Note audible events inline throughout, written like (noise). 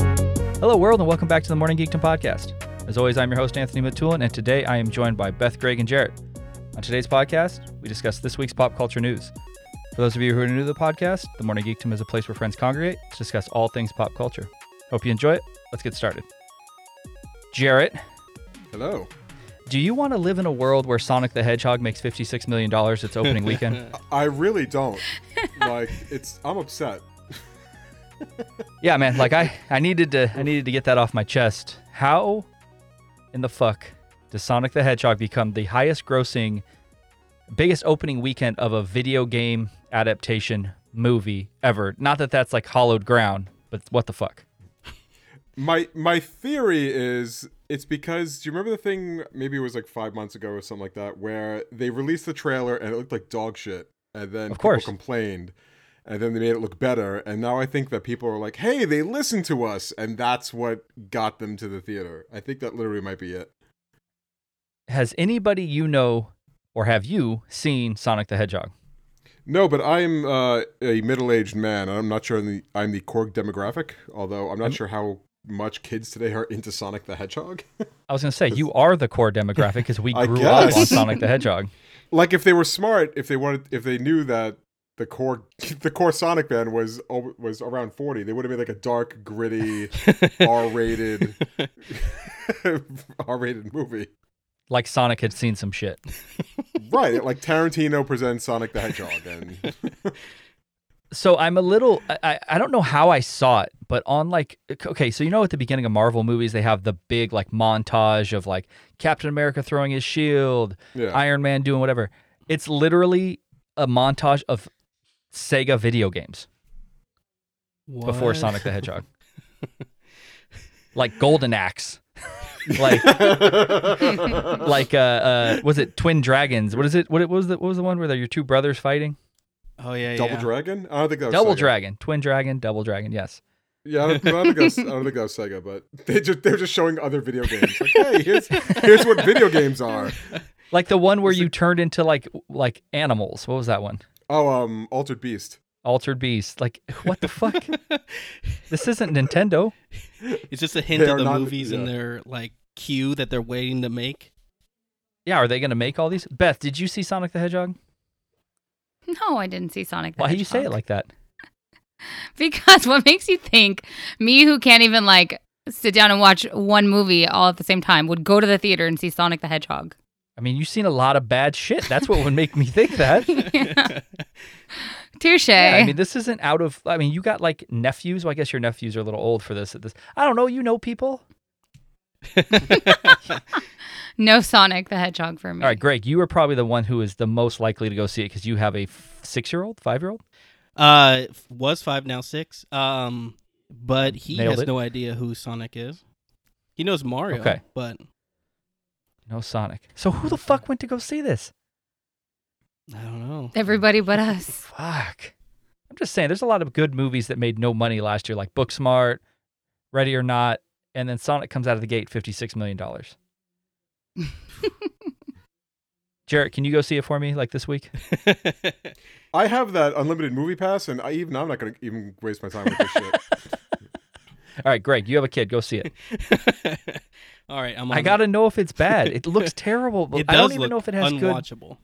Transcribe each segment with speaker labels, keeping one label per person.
Speaker 1: Hello, world, and welcome back to the Morning Geekdom podcast. As always, I'm your host, Anthony Matulin, and today I am joined by Beth, Greg, and Jarrett. On today's podcast, we discuss this week's pop culture news. For those of you who are new to the podcast, the Morning Geekdom is a place where friends congregate to discuss all things pop culture. Hope you enjoy it. Let's get started. Jarrett,
Speaker 2: Hello.
Speaker 1: do you want to live in a world where Sonic the Hedgehog makes $56 million its opening weekend?
Speaker 2: I really don't.
Speaker 1: (laughs)
Speaker 2: like it's I'm upset.
Speaker 1: yeah, man, like I, I needed to I needed to get that off my chest. How in the fuck does Sonic the Hedgehog become the highest grossing biggest opening weekend of a video game adaptation movie ever? Not that that's like hollowed ground, but what the fuck?
Speaker 2: My my theory is it's because do you remember the thing maybe it was like 5 months ago or something like that where they released the trailer and it looked like dog shit and then
Speaker 1: Of course.
Speaker 2: people complained and then they made it look better and now I think that people are like, "Hey, they listened to us." And that's what got them to the theater. I think that literally might be it.
Speaker 1: Has anybody you know or have you seen Sonic the Hedgehog?
Speaker 2: No, but I'm uh, a middle-aged man, and I'm not sure the, I'm the Korg demographic. Although I'm not sure how much kids today are into Sonic the Hedgehog.
Speaker 1: I was gonna say you are the core demographic because we
Speaker 2: (laughs) I
Speaker 1: grew up on
Speaker 2: guess.
Speaker 1: Sonic the Hedgehog.
Speaker 2: like if they were smart, if they wanted, if they knew that the core, (laughs) the core Sonic band was o- was around forty, they would have made like a dark, gritty, R-rated, (laughs) R-rated movie.
Speaker 1: Like Sonic had seen some shit.
Speaker 2: Right, like Tarantino presents Sonic the Hedgehog, and
Speaker 1: so I'm a little I- I, I don't know how I saw it, but on like okay, so you know at the beginning of Marvel movies they have the big like montage of like Captain America throwing his shield,
Speaker 2: yeah,
Speaker 1: Iron Man doing whatever. It's literally a montage of Sega video games before
Speaker 3: What?
Speaker 1: Sonic the Hedgehog. like Golden Axe. like
Speaker 2: (laughs)
Speaker 1: (laughs) like uh, uh was it Twin Dragons? What is it? What, it- what was the what was the one where they're your two brothers fighting?
Speaker 3: Oh yeah,
Speaker 2: Double
Speaker 3: yeah.
Speaker 2: Dragon. I don't think that was
Speaker 1: Double
Speaker 2: Oh, Sega.
Speaker 1: Dragon, Twin Dragon, Double Dragon. Yes.
Speaker 2: Yeah, I don't, I don't think that was, I don't think that was Sega, but they just they were just showing other video games. Like,
Speaker 1: (laughs)
Speaker 2: hey, here's here's what video games are.
Speaker 1: Like the one where you turned into like like animals. What was that one?
Speaker 2: Oh, um, Altered Beast.
Speaker 1: Altered Beast. Like what the fuck? this isn't Nintendo.
Speaker 3: It's just a hint
Speaker 2: They
Speaker 3: of
Speaker 2: are
Speaker 3: the
Speaker 2: not-
Speaker 3: movies and
Speaker 2: yeah.
Speaker 3: their like cue that they're waiting to make. (laughs)
Speaker 1: Yeah, are they gonna make all these? Beth, did you see Sonic the Hedgehog?
Speaker 4: No, I didn't see Sonic. The
Speaker 1: Why do you say it
Speaker 4: Hedgehog.
Speaker 1: like that?
Speaker 4: (laughs) Because what makes you think me, who can't even like sit down and watch one movie all at the same time, would go to the theater and see Sonic the Hedgehog?
Speaker 1: I mean, you've seen a lot of bad shit. That's what would make me think
Speaker 3: (laughs)
Speaker 1: that.
Speaker 4: Touche.
Speaker 1: Yeah, I mean, this isn't out of. I mean, you got like nephews. Well, I guess your nephews are a little old for this. At this, I don't know. You know people.
Speaker 4: (laughs) no Sonic the Hedgehog for me.
Speaker 1: All right, Greg, you are probably the one who is the most likely to go see it because you have a f- six-year-old, five-year-old.
Speaker 3: Uh, f- was five now six. Um, but he
Speaker 1: Nailed
Speaker 3: has
Speaker 1: it.
Speaker 3: no idea who Sonic is. He knows Mario,
Speaker 1: Okay.
Speaker 3: but
Speaker 1: No Sonic. So who the fuck went to go see this?
Speaker 3: I don't know.
Speaker 4: Everybody but us. (laughs)
Speaker 1: Fuck. I'm just saying, there's a lot of good movies that made no money last year, like Booksmart, Ready or Not, and then Sonic comes out of the gate $56 million.
Speaker 3: (laughs)
Speaker 1: Jarrett, can you go see it for me like this
Speaker 3: (laughs)
Speaker 1: week?
Speaker 2: I have that unlimited movie pass, and I even I'm not gonna even waste my time with
Speaker 1: (laughs)
Speaker 2: this shit.
Speaker 1: All right, Greg, you have a kid. Go see it.
Speaker 3: (laughs) All right, I'm. On
Speaker 1: I got to know if it's bad.
Speaker 3: (laughs)
Speaker 1: It looks terrible. but
Speaker 3: It
Speaker 1: I
Speaker 3: does
Speaker 1: don't even
Speaker 3: look
Speaker 1: know if it has good.
Speaker 3: unwatchable.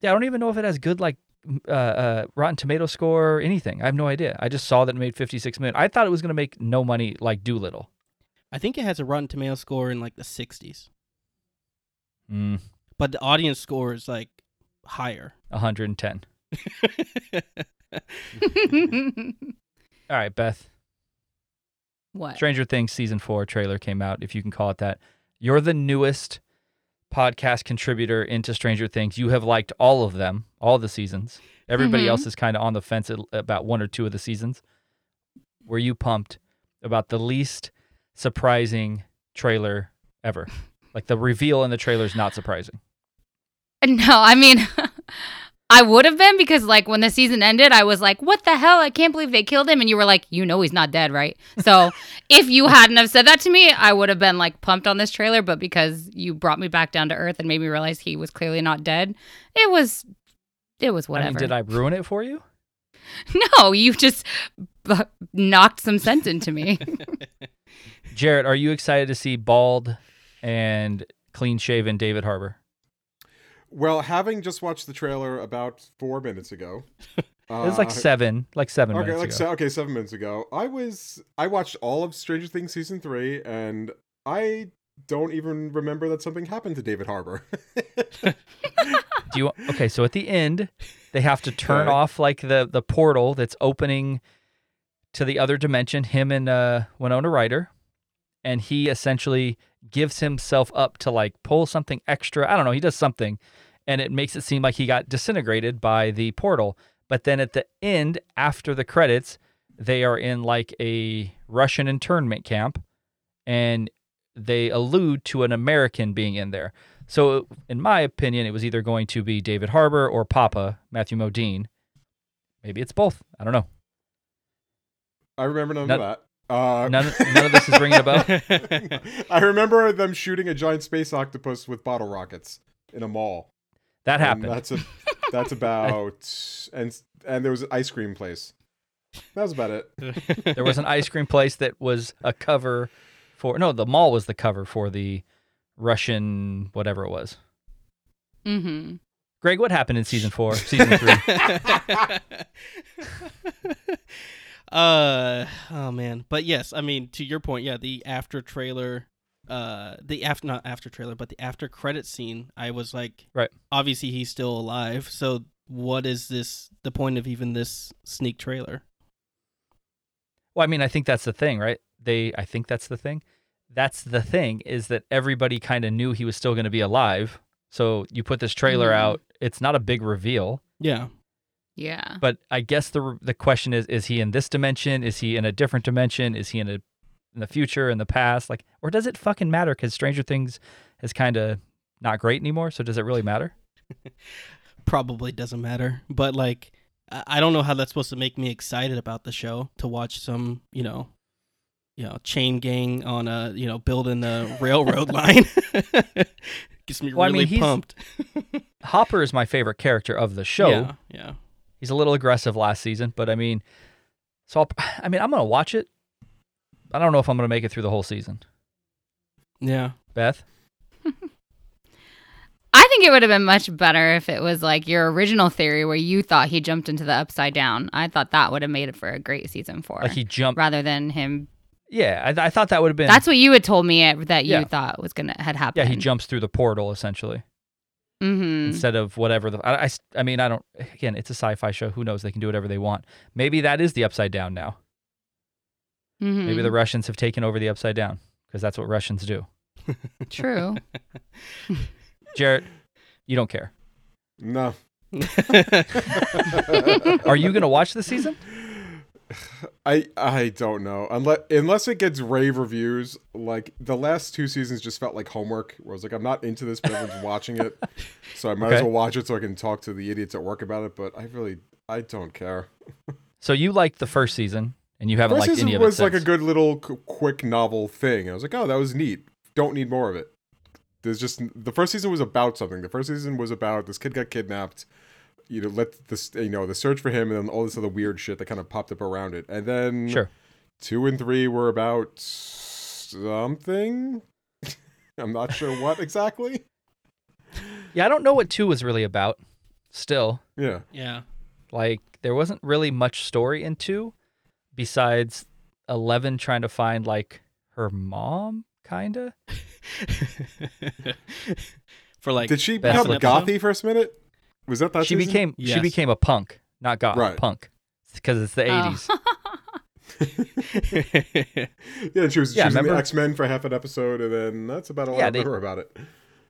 Speaker 1: Yeah, I don't even know if it has good like m- uh, uh, Rotten Tomato score or anything. I have no idea. I just saw that it made 56 million. I thought it was going to make no money like Doolittle.
Speaker 3: I think it has a Rotten Tomato score in like the 60s,
Speaker 1: Mm,
Speaker 3: but the audience score is like
Speaker 1: (laughs)
Speaker 3: higher. (laughs)
Speaker 1: 110. All right, Beth.
Speaker 4: what?
Speaker 1: Stranger Things season four trailer came out, if you can call it that. You're the newest podcast contributor into Stranger Things. You have liked all of them, all the seasons. Everybody
Speaker 4: Mhm.
Speaker 1: else is kind of on the fence at, about one or two of the seasons. Were you pumped about the least surprising trailer ever? Like the reveal in the trailer is not surprising.
Speaker 4: (laughs) No, I mean, I would have been because, like, when the season ended, I was like, what the hell? I can't believe they killed him. And you were like, you know, he's not dead, right?
Speaker 1: (laughs)
Speaker 4: So if you hadn't have said that to me, I would have been like pumped on this trailer. But because you brought me back down to earth and made me realize he was clearly not dead, it was, it was whatever.
Speaker 1: I mean, did
Speaker 4: (laughs)
Speaker 1: I ruin it for you? (laughs)
Speaker 4: No, you just b- knocked some sense into me.
Speaker 1: Jarrett, are you excited to see bald and clean shaven David Harbour?
Speaker 2: Well, having just watched the trailer about four minutes ago,
Speaker 1: (laughs) It was like
Speaker 2: uh,
Speaker 1: seven, like seven
Speaker 2: okay,
Speaker 1: minutes
Speaker 2: like
Speaker 1: ago.
Speaker 2: se- okay, seven minutes ago. I was I watched all of Stranger Things season three, and I don't even remember that something happened to David Harbor.
Speaker 1: Do you okay? So at the end, they have to turn
Speaker 2: Alright.
Speaker 1: off like the the portal that's opening to the other dimension. Him and uh, Winona Ryder, and he essentially gives himself up to like pull something extra. I don't know. He does something, and it makes it seem like he got disintegrated by the portal. But then at the end, after the credits, they are in like a Russian internment camp, and they allude to an American being in there. So, in my opinion, it was either going to be David Harbour or Papa Matthew Modine. Maybe it's both. I don't know.
Speaker 2: I remember none,
Speaker 1: None-
Speaker 2: of that. Uh,
Speaker 1: None, none of this is ringing a bell.
Speaker 2: (laughs) I remember them shooting a giant space octopus with bottle rockets in a mall.
Speaker 1: That
Speaker 2: And
Speaker 1: happened.
Speaker 2: (laughs)
Speaker 1: (laughs)
Speaker 2: That's a, that's about and and there was an ice cream place. That was about it.
Speaker 1: There was an ice cream place that was a cover for no, the mall was the cover for the Russian whatever it was.
Speaker 4: Mm-hmm.
Speaker 1: Greg, what happened in season four, season three?
Speaker 3: (laughs) uh oh man but yes i mean to your point yeah the after trailer uh the after not after trailer but the after credit scene i was like
Speaker 1: Right.
Speaker 3: obviously he's still alive so what is this the point of even this sneak trailer
Speaker 1: Well, I mean, I think that's the thing, right? They, I think that's the thing. That's the thing is that everybody kind of knew he was still going to be alive. So you put this trailer
Speaker 4: Mhm.
Speaker 1: out. It's not a big reveal,
Speaker 3: yeah
Speaker 4: Yeah.
Speaker 1: but I guess the the question is: Is he in this dimension? Is he in a different dimension? Is he in a in the future? In the past? Like, or does it fucking matter? Because Stranger Things is kind of not great anymore. So does it really matter?
Speaker 3: probably doesn't matter but like I I don't know how that's supposed to make me excited about the show to watch some, you know, you know, chain gang on a, you know, building a
Speaker 1: (laughs)
Speaker 3: railroad line. (laughs) Gets me
Speaker 1: Well, I mean,
Speaker 3: really
Speaker 1: he's-
Speaker 3: pumped.
Speaker 1: Hopper is my favorite character of the show.
Speaker 3: Yeah, yeah.
Speaker 1: He's a little aggressive last season, but I mean, so I'll, (sighs) I mean, I'm gonna watch it. I don't know if I'm gonna make it through the whole season.
Speaker 3: Yeah.
Speaker 1: Beth,
Speaker 4: I think it would have been much better if it was like your original theory where you thought he jumped into the upside down. I thought that would have made it for a great season four.
Speaker 1: like he jumped.
Speaker 4: rather than him.
Speaker 1: Yeah, I, th- I thought that would have been.
Speaker 4: That's what you had told me it, that you
Speaker 1: Yeah.
Speaker 4: thought was gonna had
Speaker 1: yeah,
Speaker 4: happened.
Speaker 1: he jumps through the portal essentially
Speaker 4: Mm-hmm.
Speaker 1: instead of whatever the. I, I s- I mean, I don't. Again, it's a sci-fi show. Who knows? They can do whatever they want. Maybe that is the upside down now.
Speaker 4: Mm-hmm.
Speaker 1: Maybe the Russians have taken over the upside down because that's what Russians do.
Speaker 4: (laughs)
Speaker 1: (laughs)
Speaker 4: true. (laughs)
Speaker 1: Jarrett, you don't care.
Speaker 2: No.
Speaker 1: Are you gonna watch this season?
Speaker 2: I I don't know unless unless it gets rave reviews. Like the last two seasons just felt like homework. Where I was like, I'm not into this, but everyone's watching
Speaker 1: (laughs)
Speaker 2: it, so I might as
Speaker 1: Okay.
Speaker 2: well watch it so I can talk to the idiots at work about it. But I really I don't care.
Speaker 1: So you liked the first season and you haven't
Speaker 2: First
Speaker 1: liked
Speaker 2: season
Speaker 1: any of it
Speaker 2: was like a
Speaker 1: since.
Speaker 2: good little qu- quick novel thing. and I was like, oh, that was neat. Don't need more of it. There's just the first season was about something. The first season was about this kid got kidnapped. You know, let this you know the search for him, and then all this other weird shit that kind of popped up around it. And then
Speaker 1: Sure.
Speaker 2: two and three were about something. (laughs) I'm not sure what exactly.
Speaker 1: Yeah, I don't know what two was really about. Still,
Speaker 2: Yeah,
Speaker 3: (laughs)
Speaker 1: (laughs)
Speaker 3: yeah.
Speaker 1: like there wasn't really much story in two, besides Eleven trying to find like her mom, kinda.
Speaker 3: For like
Speaker 1: (laughs)
Speaker 2: did she
Speaker 1: That's
Speaker 2: become
Speaker 1: an
Speaker 3: episode?
Speaker 2: gothy for a minute? Was that that
Speaker 1: she
Speaker 2: season?
Speaker 1: became she
Speaker 3: Yes.
Speaker 1: became a punk, not goth,
Speaker 2: Right.
Speaker 1: punk, because it's the
Speaker 4: Oh. (laughs)
Speaker 1: eighties.
Speaker 2: yeah. She was
Speaker 1: Yeah,
Speaker 2: she was in the
Speaker 1: remember?
Speaker 2: X Men for half an episode, and then that's about all
Speaker 1: Yeah,
Speaker 2: I
Speaker 1: they-
Speaker 2: remember about it.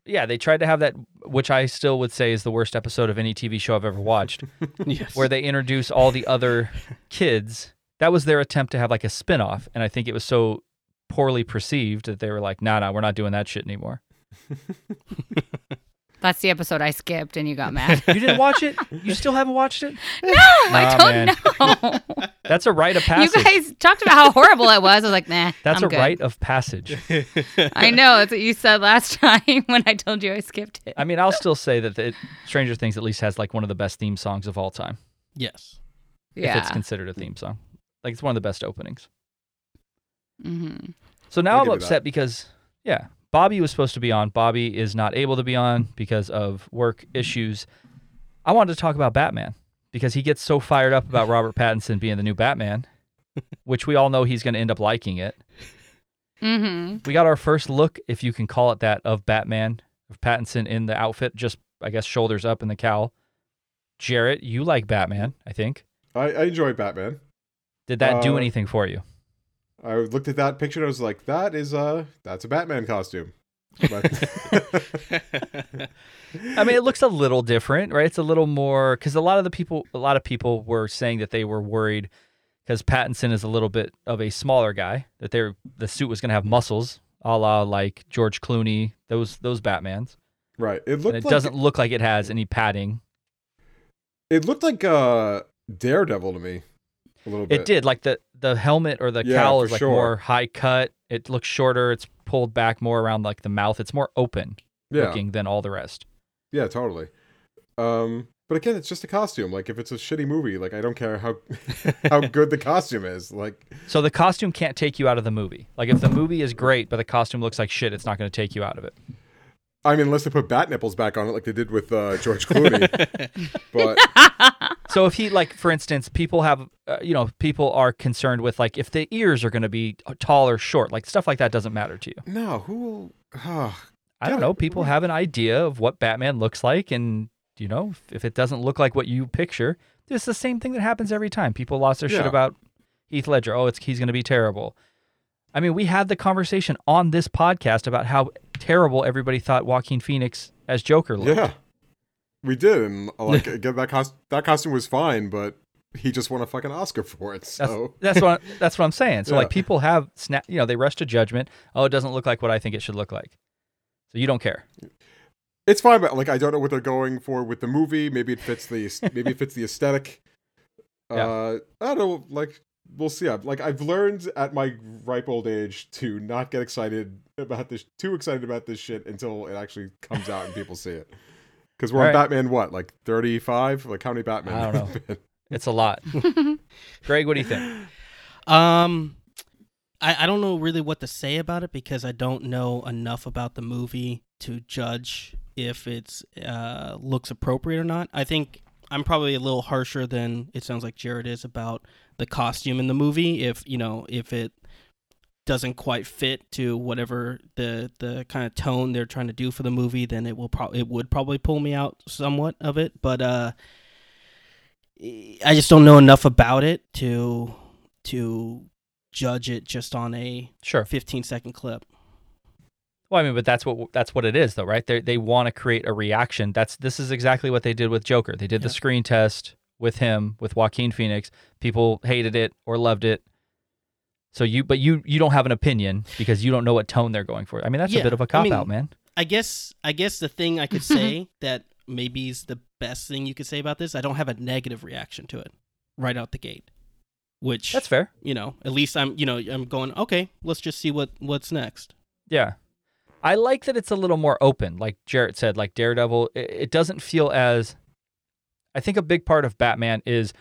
Speaker 1: Yeah, they tried to have that, which I still would say is the worst episode of any TV show I've ever watched,
Speaker 3: yes.
Speaker 1: where they introduce all the other kids. That was their attempt to have like a spin off, and I think it was so poorly perceived that they were like, "Nah, nah, we're not doing that shit anymore."
Speaker 4: That's the episode I skipped, and you got
Speaker 1: (laughs)
Speaker 4: mad.
Speaker 1: You didn't watch it? You still haven't watched it?
Speaker 4: Oh, I
Speaker 1: Nah,
Speaker 4: don't
Speaker 1: (laughs)
Speaker 4: know.
Speaker 1: That's a rite of
Speaker 4: you
Speaker 1: passage.
Speaker 4: guys talked about how horrible it was. I was like, nah.
Speaker 1: (laughs) That's
Speaker 4: I'm
Speaker 1: a
Speaker 4: good.
Speaker 1: rite of passage.
Speaker 4: (laughs)
Speaker 1: (laughs)
Speaker 4: I know. That's what you said last (laughs) time when I told you I skipped it.
Speaker 1: I mean, I'll still say that the, Stranger Things at least has like one of the best theme songs of all time. (laughs)
Speaker 3: yes. (laughs)
Speaker 1: If
Speaker 4: Yeah.
Speaker 1: it's considered a theme song, like it's one of the best openings.
Speaker 4: mm-hmm.
Speaker 1: So now
Speaker 2: I'll
Speaker 1: I'm
Speaker 2: give you that.
Speaker 1: upset because yeah, Bobby was supposed to be on. Bobby is not able to be on because of work issues. I wanted to talk about Batman because he gets so fired up about
Speaker 2: (laughs)
Speaker 1: Robert Pattinson being the new Batman, which we all know he's going to end up liking it.
Speaker 4: Mm-hmm.
Speaker 1: We got our first look, if you can call it that, of Batman, of Pattinson in the outfit, just I guess shoulders up in the cowl. Jarrett, you like Batman, I think.
Speaker 2: I, I enjoy Batman.
Speaker 1: Did that do
Speaker 2: Uh,
Speaker 1: anything for you?
Speaker 2: I looked at that picture and I was like, that is a that's a Batman costume.
Speaker 1: (laughs)
Speaker 2: But (laughs)
Speaker 1: I mean, it looks a little different, right? It's a little more because a lot of the people, a lot of people were saying that they were worried because Pattinson is a little bit of a smaller guy that they were, the suit was going to have muscles, a la like George Clooney, those those Batman's,
Speaker 2: right, it
Speaker 1: and
Speaker 2: looked
Speaker 1: it
Speaker 2: like
Speaker 1: doesn't look like it has any padding.
Speaker 2: it looked like uh Daredevil to me a little bit.
Speaker 1: It did like the the helmet or the
Speaker 2: Yeah,
Speaker 1: cowl
Speaker 2: for
Speaker 1: is like
Speaker 2: sure.
Speaker 1: more high cut. It looks shorter. It's pulled back more around like the mouth. It's more open
Speaker 2: Yeah,
Speaker 1: looking than all the rest.
Speaker 2: yeah, totally. Um, but again, it's just a costume. Like if it's a shitty movie, like I don't care how how good the costume is. Like
Speaker 1: So the costume can't take you out of the movie. Like if the movie is great, but the costume looks like shit, it's not going to take you out of it.
Speaker 2: I mean, unless they put bat nipples back on it, like they did with uh, George Clooney. but
Speaker 1: So if he like, for instance, people have, uh, you know, people are concerned with like if the ears are going to be uh, tall or short, like stuff like that doesn't matter to you.
Speaker 2: no, who will? ah,
Speaker 1: I don't
Speaker 2: Yeah,
Speaker 1: know. People have an idea of what Batman looks like, and you know, if- if it doesn't look like what you picture, it's the same thing that happens every time. People lost their shit
Speaker 2: Yeah.
Speaker 1: about Heath Ledger. Oh, it's he's going to be terrible. I mean, we had the conversation on this podcast about how terrible everybody thought Joaquin Phoenix as Joker looked.
Speaker 2: Yeah, we did, and like again, that cost that costume was fine, but he just won a fucking Oscar for it.
Speaker 1: That's,
Speaker 3: Oh.
Speaker 2: So
Speaker 1: that's what that's what I'm saying. So like
Speaker 2: Yeah.
Speaker 1: people have snap, you know, they rush to judgment. Oh, it doesn't look like what I think it should look like. So you don't care.
Speaker 2: it's fine, but like I don't know what they're going for with the movie. Maybe it fits the maybe it fits the aesthetic.
Speaker 1: (laughs) Yeah.
Speaker 2: Uh, I don't know. Like we'll see. I've, like I've learned at my ripe old age to not get excited about this, too excited about this shit until it actually comes out and people see it. Because we're on
Speaker 1: All right.
Speaker 2: Batman, what like thirty five? Like how many Batman?
Speaker 1: I don't know. It's a
Speaker 3: (laughs)
Speaker 1: lot. (laughs) Greg, what do you think?
Speaker 3: Um, I, I don't know really what to say about it because I don't know enough about the movie to judge if it's uh, looks appropriate or not. I think I'm probably a little harsher than it sounds like Jared is about the costume in the movie. If you know if it doesn't quite fit to whatever the the kind of tone they're trying to do for the movie, then it will probably it would probably pull me out somewhat of it. But uh, I just don't know enough about it to to judge it just on a
Speaker 1: Sure.
Speaker 3: 15 second clip.
Speaker 1: Well, I mean, but that's what that's what it is, though, right? They they want to create a reaction. That's this is exactly what they did with Joker. They did the
Speaker 3: Yeah.
Speaker 1: screen test with him with Joaquin Phoenix. People hated it or loved it. So you, but you you don't have an opinion because you don't know what tone they're going for. I mean, that's a
Speaker 3: Yeah,
Speaker 1: bit of
Speaker 3: I
Speaker 1: a cop
Speaker 3: mean-
Speaker 1: out, man.
Speaker 3: I guess I guess the thing I could
Speaker 1: (laughs)
Speaker 3: say that maybe is the best thing you could say about this, I don't have a negative reaction to it right out the gate. Which
Speaker 1: That's fair.
Speaker 3: you know, at least I'm you know, I'm going, okay, let's just see what what's next.
Speaker 1: Yeah. I like that it's a little more open. Like Jarrett said, like Daredevil, it, it doesn't feel as. I think a big part of Batman is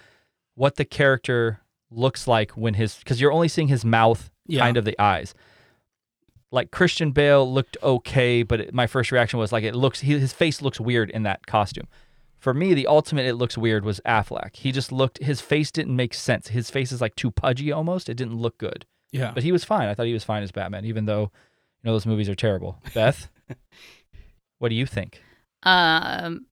Speaker 1: what the character looks like when his. Because you're only seeing his mouth,
Speaker 3: Yeah.
Speaker 1: kind of the eyes. Like Christian Bale looked okay, but it, my first reaction was like, it looks. He, his face looks weird in that costume. For me, the ultimate it looks weird was Affleck. He just looked. His face didn't make sense. His face is like too pudgy almost. It didn't look good
Speaker 3: Yeah.
Speaker 1: but he was fine. I thought he was fine as Batman, even though you know those movies are terrible. Beth, what do you
Speaker 4: (laughs)
Speaker 1: think?
Speaker 4: Um,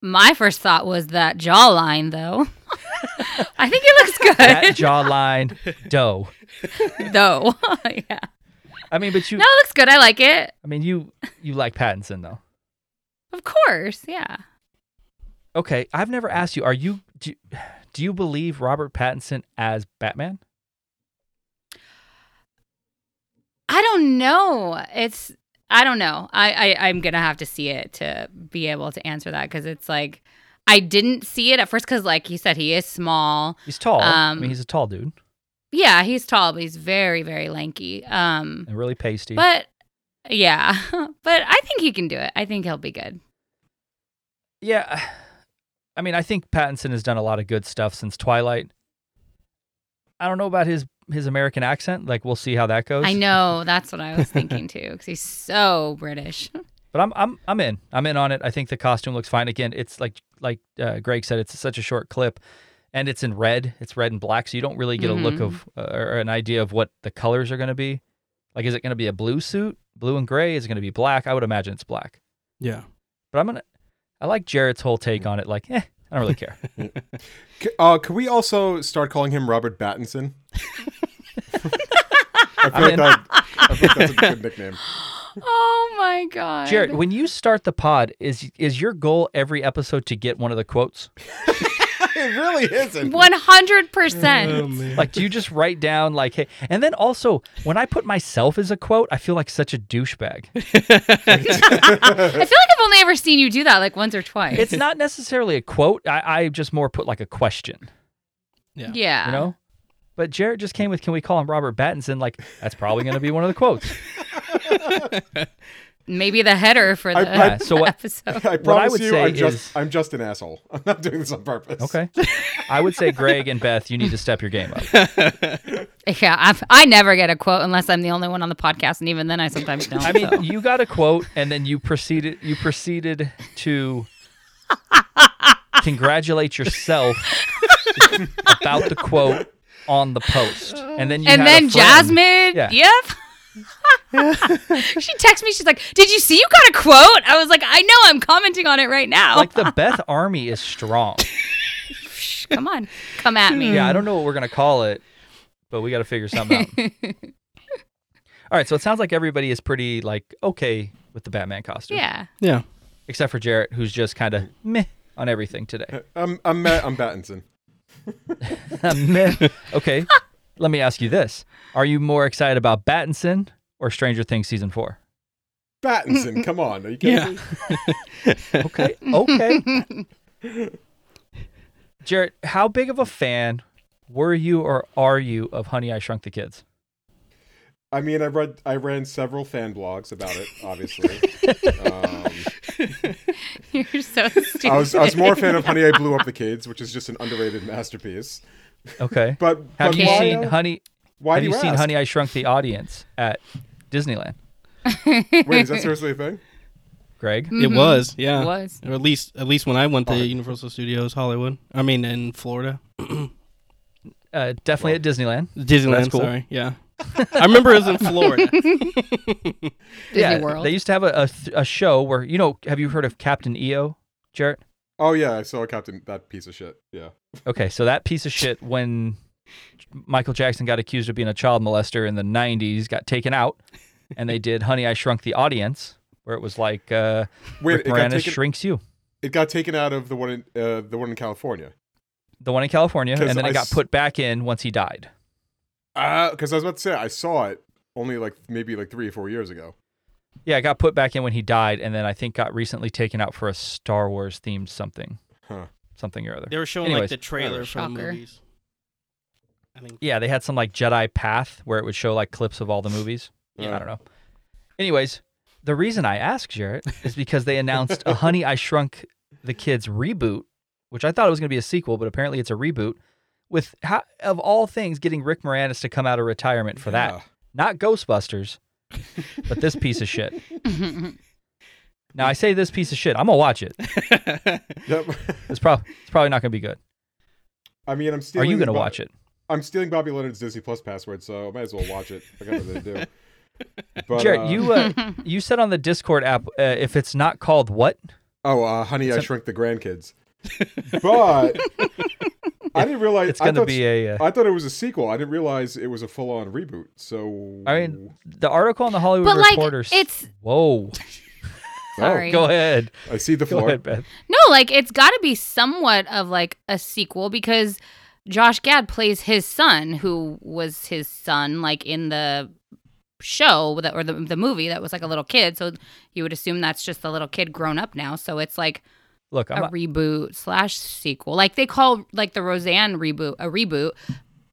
Speaker 4: my first thought was that jawline, though. (laughs) I think it looks good,
Speaker 1: That jawline, dough.
Speaker 4: (laughs) though. (laughs) yeah,
Speaker 1: I mean, but you,
Speaker 4: no, it looks good. I like it.
Speaker 1: I mean, you, you like Pattinson though.
Speaker 4: Of course, yeah.
Speaker 1: Okay, I've never asked you. Are you do, do you believe Robert Pattinson as Batman?
Speaker 4: I don't know. It's I don't know. I, I I'm gonna have to see it to be able to answer that because it's like I didn't see it at first because like you said he is small.
Speaker 1: He's tall. I mean,
Speaker 4: Um,
Speaker 1: he's a tall dude
Speaker 4: Yeah, he's tall, but he's very very lanky. Um,
Speaker 1: and really pasty.
Speaker 4: but yeah, (laughs) but I think he can do it. I think he'll be good.
Speaker 1: Yeah. I mean, I think Pattinson has done a lot of good stuff since Twilight. I don't know about his his American accent. Like we'll see how that goes.
Speaker 4: I know that's what I was thinking too, because he's so British.
Speaker 1: But I'm I'm I'm in. I'm in on it. I think the costume looks fine. Again, it's like like uh, Greg said, it's such a short clip, and it's in red. It's red and black, so you don't really get a look
Speaker 4: Mhm.
Speaker 1: of uh, or an idea of what the colors are going to be. Like, is it going to be a blue suit, blue and gray? Is it going to be black? I would imagine it's black.
Speaker 3: Yeah.
Speaker 1: But I'm gonna. I like Jarrett's whole take on it. Like, eh, I don't really care.
Speaker 2: (laughs) C- Uh, can we also start calling him Robert
Speaker 1: (laughs)
Speaker 2: Battinson? I feel
Speaker 1: I'm
Speaker 2: like
Speaker 1: in.
Speaker 2: that, I think that's a good nickname.
Speaker 4: Oh my god,
Speaker 1: Jarrett, when you start the pod, is is your goal every episode to get one of the quotes?
Speaker 2: It really isn't.
Speaker 4: One hundred
Speaker 1: Oh,
Speaker 4: percent.
Speaker 3: man.
Speaker 1: Like, do you just write down like, hey? And then also, when I put myself as a quote, I feel like such a douchebag.
Speaker 4: (laughs) I feel like I've only ever seen you do that like once or twice.
Speaker 1: It's not necessarily a quote. I, I just more put like a question,
Speaker 3: yeah.
Speaker 4: yeah.
Speaker 1: you know. But Jarrett just came with, can we call him Robert Pattinson? Like, that's probably going to be one of the quotes.
Speaker 4: Maybe the header for
Speaker 2: I-
Speaker 4: the
Speaker 2: I-
Speaker 1: Yeah, Uh, so
Speaker 4: (laughs)
Speaker 1: what?
Speaker 2: (laughs)
Speaker 4: episode.
Speaker 2: I promise
Speaker 1: would
Speaker 2: you,
Speaker 1: say
Speaker 2: I'm just
Speaker 1: is-
Speaker 2: I'm just an asshole. (laughs) I'm not doing this on purpose.
Speaker 1: Okay. I would say Greg and Beth, you need to step your game up.
Speaker 4: Yeah, i I never get a quote unless I'm the only one on the podcast, and even then, I sometimes don't.
Speaker 1: I mean,
Speaker 4: so.
Speaker 1: you got a quote, and then you proceeded. You proceeded to congratulate yourself about the quote on the post, and then you had
Speaker 4: and
Speaker 1: a
Speaker 4: then
Speaker 1: friend-
Speaker 4: Jasmine,
Speaker 1: Yeah.
Speaker 4: yep. (laughs) she texts me. She's like, "Did you see? You got a quote." I was like, "I know. I'm commenting on it right now."
Speaker 1: like the Beth Army is strong.
Speaker 4: Shh, come on, come at
Speaker 1: (laughs)
Speaker 4: me.
Speaker 1: Yeah, I don't know what we're gonna call it, but we got to figure something out. All right, so it sounds like everybody is pretty like okay with the Batman costume,
Speaker 4: Yeah.
Speaker 3: Yeah.
Speaker 1: except for Jarrett, who's just kind of meh on everything (laughs) today.
Speaker 2: (laughs) I'm I'm Ma-
Speaker 1: (laughs)
Speaker 2: I'm Battinson.
Speaker 1: Meh. okay, (laughs) let me ask you this: Are you more excited about Battinson or Stranger Things season four?
Speaker 2: Battinson, come on. Are you kidding
Speaker 3: Yeah.
Speaker 2: me?
Speaker 4: Mm-hmm.
Speaker 1: Okay, okay. Jarrett, how big of a fan were you or are you of Honey I Shrunk the Kids?
Speaker 2: I mean, I read I ran several fan blogs about it.
Speaker 1: (laughs)
Speaker 2: Obviously, um,
Speaker 4: (laughs) You're so stupid.
Speaker 2: I was I was more a fan of Honey I Blew Up the Kids, which is just an underrated masterpiece.
Speaker 1: (laughs) Okay.
Speaker 2: But
Speaker 1: Have
Speaker 2: but
Speaker 1: you
Speaker 2: why,
Speaker 1: seen
Speaker 2: uh,
Speaker 1: Honey?
Speaker 2: Why
Speaker 1: have
Speaker 2: do
Speaker 1: you,
Speaker 2: you,
Speaker 1: seen
Speaker 2: ask?
Speaker 1: Honey I Shrunk the Audience at Disneyland?
Speaker 2: Wait, is that seriously
Speaker 1: (laughs)
Speaker 2: a thing?
Speaker 1: Greg,
Speaker 3: It was. Yeah.
Speaker 4: It was.
Speaker 3: Or at least at least when I went to Universal Studios Hollywood. I mean in Florida.
Speaker 1: uh, definitely at Disneyland.
Speaker 3: Disneyland,
Speaker 1: That's cool.
Speaker 3: sorry. Yeah. I remember it was in
Speaker 1: (laughs)
Speaker 3: Florida.
Speaker 4: (laughs) Disney
Speaker 1: yeah,
Speaker 4: World.
Speaker 1: they used to have a, a, th- a show where you know. Have you heard of Captain EO, Jarrett?
Speaker 2: Oh yeah, I saw Captain that piece of shit. Yeah.
Speaker 1: Okay, so that piece of shit when Michael Jackson got accused of being a child molester in the 90s got taken out and they did Honey I Shrunk the Audience where it was like uh
Speaker 2: Wait,
Speaker 1: Rick
Speaker 2: it got,
Speaker 1: Moranis
Speaker 2: taken,
Speaker 1: shrinks you.
Speaker 2: it got taken out of the one in uh, the one in California.
Speaker 1: The one in California
Speaker 2: 'Cause
Speaker 1: and then
Speaker 2: I
Speaker 1: it got
Speaker 2: s-
Speaker 1: put back in once he died.
Speaker 2: Because Uh, I was about to say I saw it only like maybe like three or four years ago.
Speaker 1: Yeah, it got put back in when he died and then I think got recently taken out for a Star Wars themed something.
Speaker 2: Huh.
Speaker 1: Something or other.
Speaker 3: They were showing like
Speaker 1: Anyways.
Speaker 3: the trailer for the
Speaker 4: Shocker.
Speaker 3: movies. I
Speaker 2: (laughs)
Speaker 3: think
Speaker 1: Yeah, they had some like Jedi Path where it would show like clips of all the movies.
Speaker 2: Yeah.
Speaker 1: I don't know. Anyways, the reason I asked Jarrett is because they announced a Honey I Shrunk the Kids reboot, which I thought it was going to be a sequel, but apparently it's a reboot. With how, of all things, getting Rick Moranis to come out of retirement for
Speaker 2: Yeah.
Speaker 1: that, not Ghostbusters, but this piece of shit. Now I say this piece of shit. I'm gonna watch it.
Speaker 2: Yep. (laughs)
Speaker 1: It's probably it's probably not gonna be good.
Speaker 2: I mean, I'm
Speaker 1: Are
Speaker 2: stealing.
Speaker 1: you gonna
Speaker 2: Bo-
Speaker 1: watch it?
Speaker 2: I'm stealing Bobby Leonard's Disney Plus password, so I might as well watch it. I got nothing to
Speaker 1: (laughs)
Speaker 2: do. But, uh,
Speaker 1: Jarrett, you uh, you said on the Discord app uh, if it's not called what?
Speaker 2: Oh, uh, honey, I shrunk
Speaker 1: (laughs)
Speaker 2: the grandkids. But I didn't realize
Speaker 1: It's
Speaker 2: I
Speaker 1: gonna
Speaker 2: thought,
Speaker 1: be a. Uh,
Speaker 2: I thought it was a sequel. I didn't realize it was a full-on reboot. So
Speaker 1: I mean, the article on the Hollywood
Speaker 4: But, like,
Speaker 1: Reporter. s-
Speaker 4: it's-
Speaker 1: whoa. (laughs)
Speaker 4: Sorry.
Speaker 1: Go ahead.
Speaker 2: I see the
Speaker 1: Go
Speaker 2: floor.
Speaker 1: ahead, Beth.
Speaker 4: (laughs) No, like it's got to be somewhat of like a sequel because Josh Gad plays his son, who was his son like in the show that, or the, the movie that was like a little kid. So you would assume that's just the little kid grown up now. So it's like
Speaker 1: Look, I'm
Speaker 4: a
Speaker 1: not,
Speaker 4: reboot slash sequel. Like they call like the Roseanne reboot a reboot,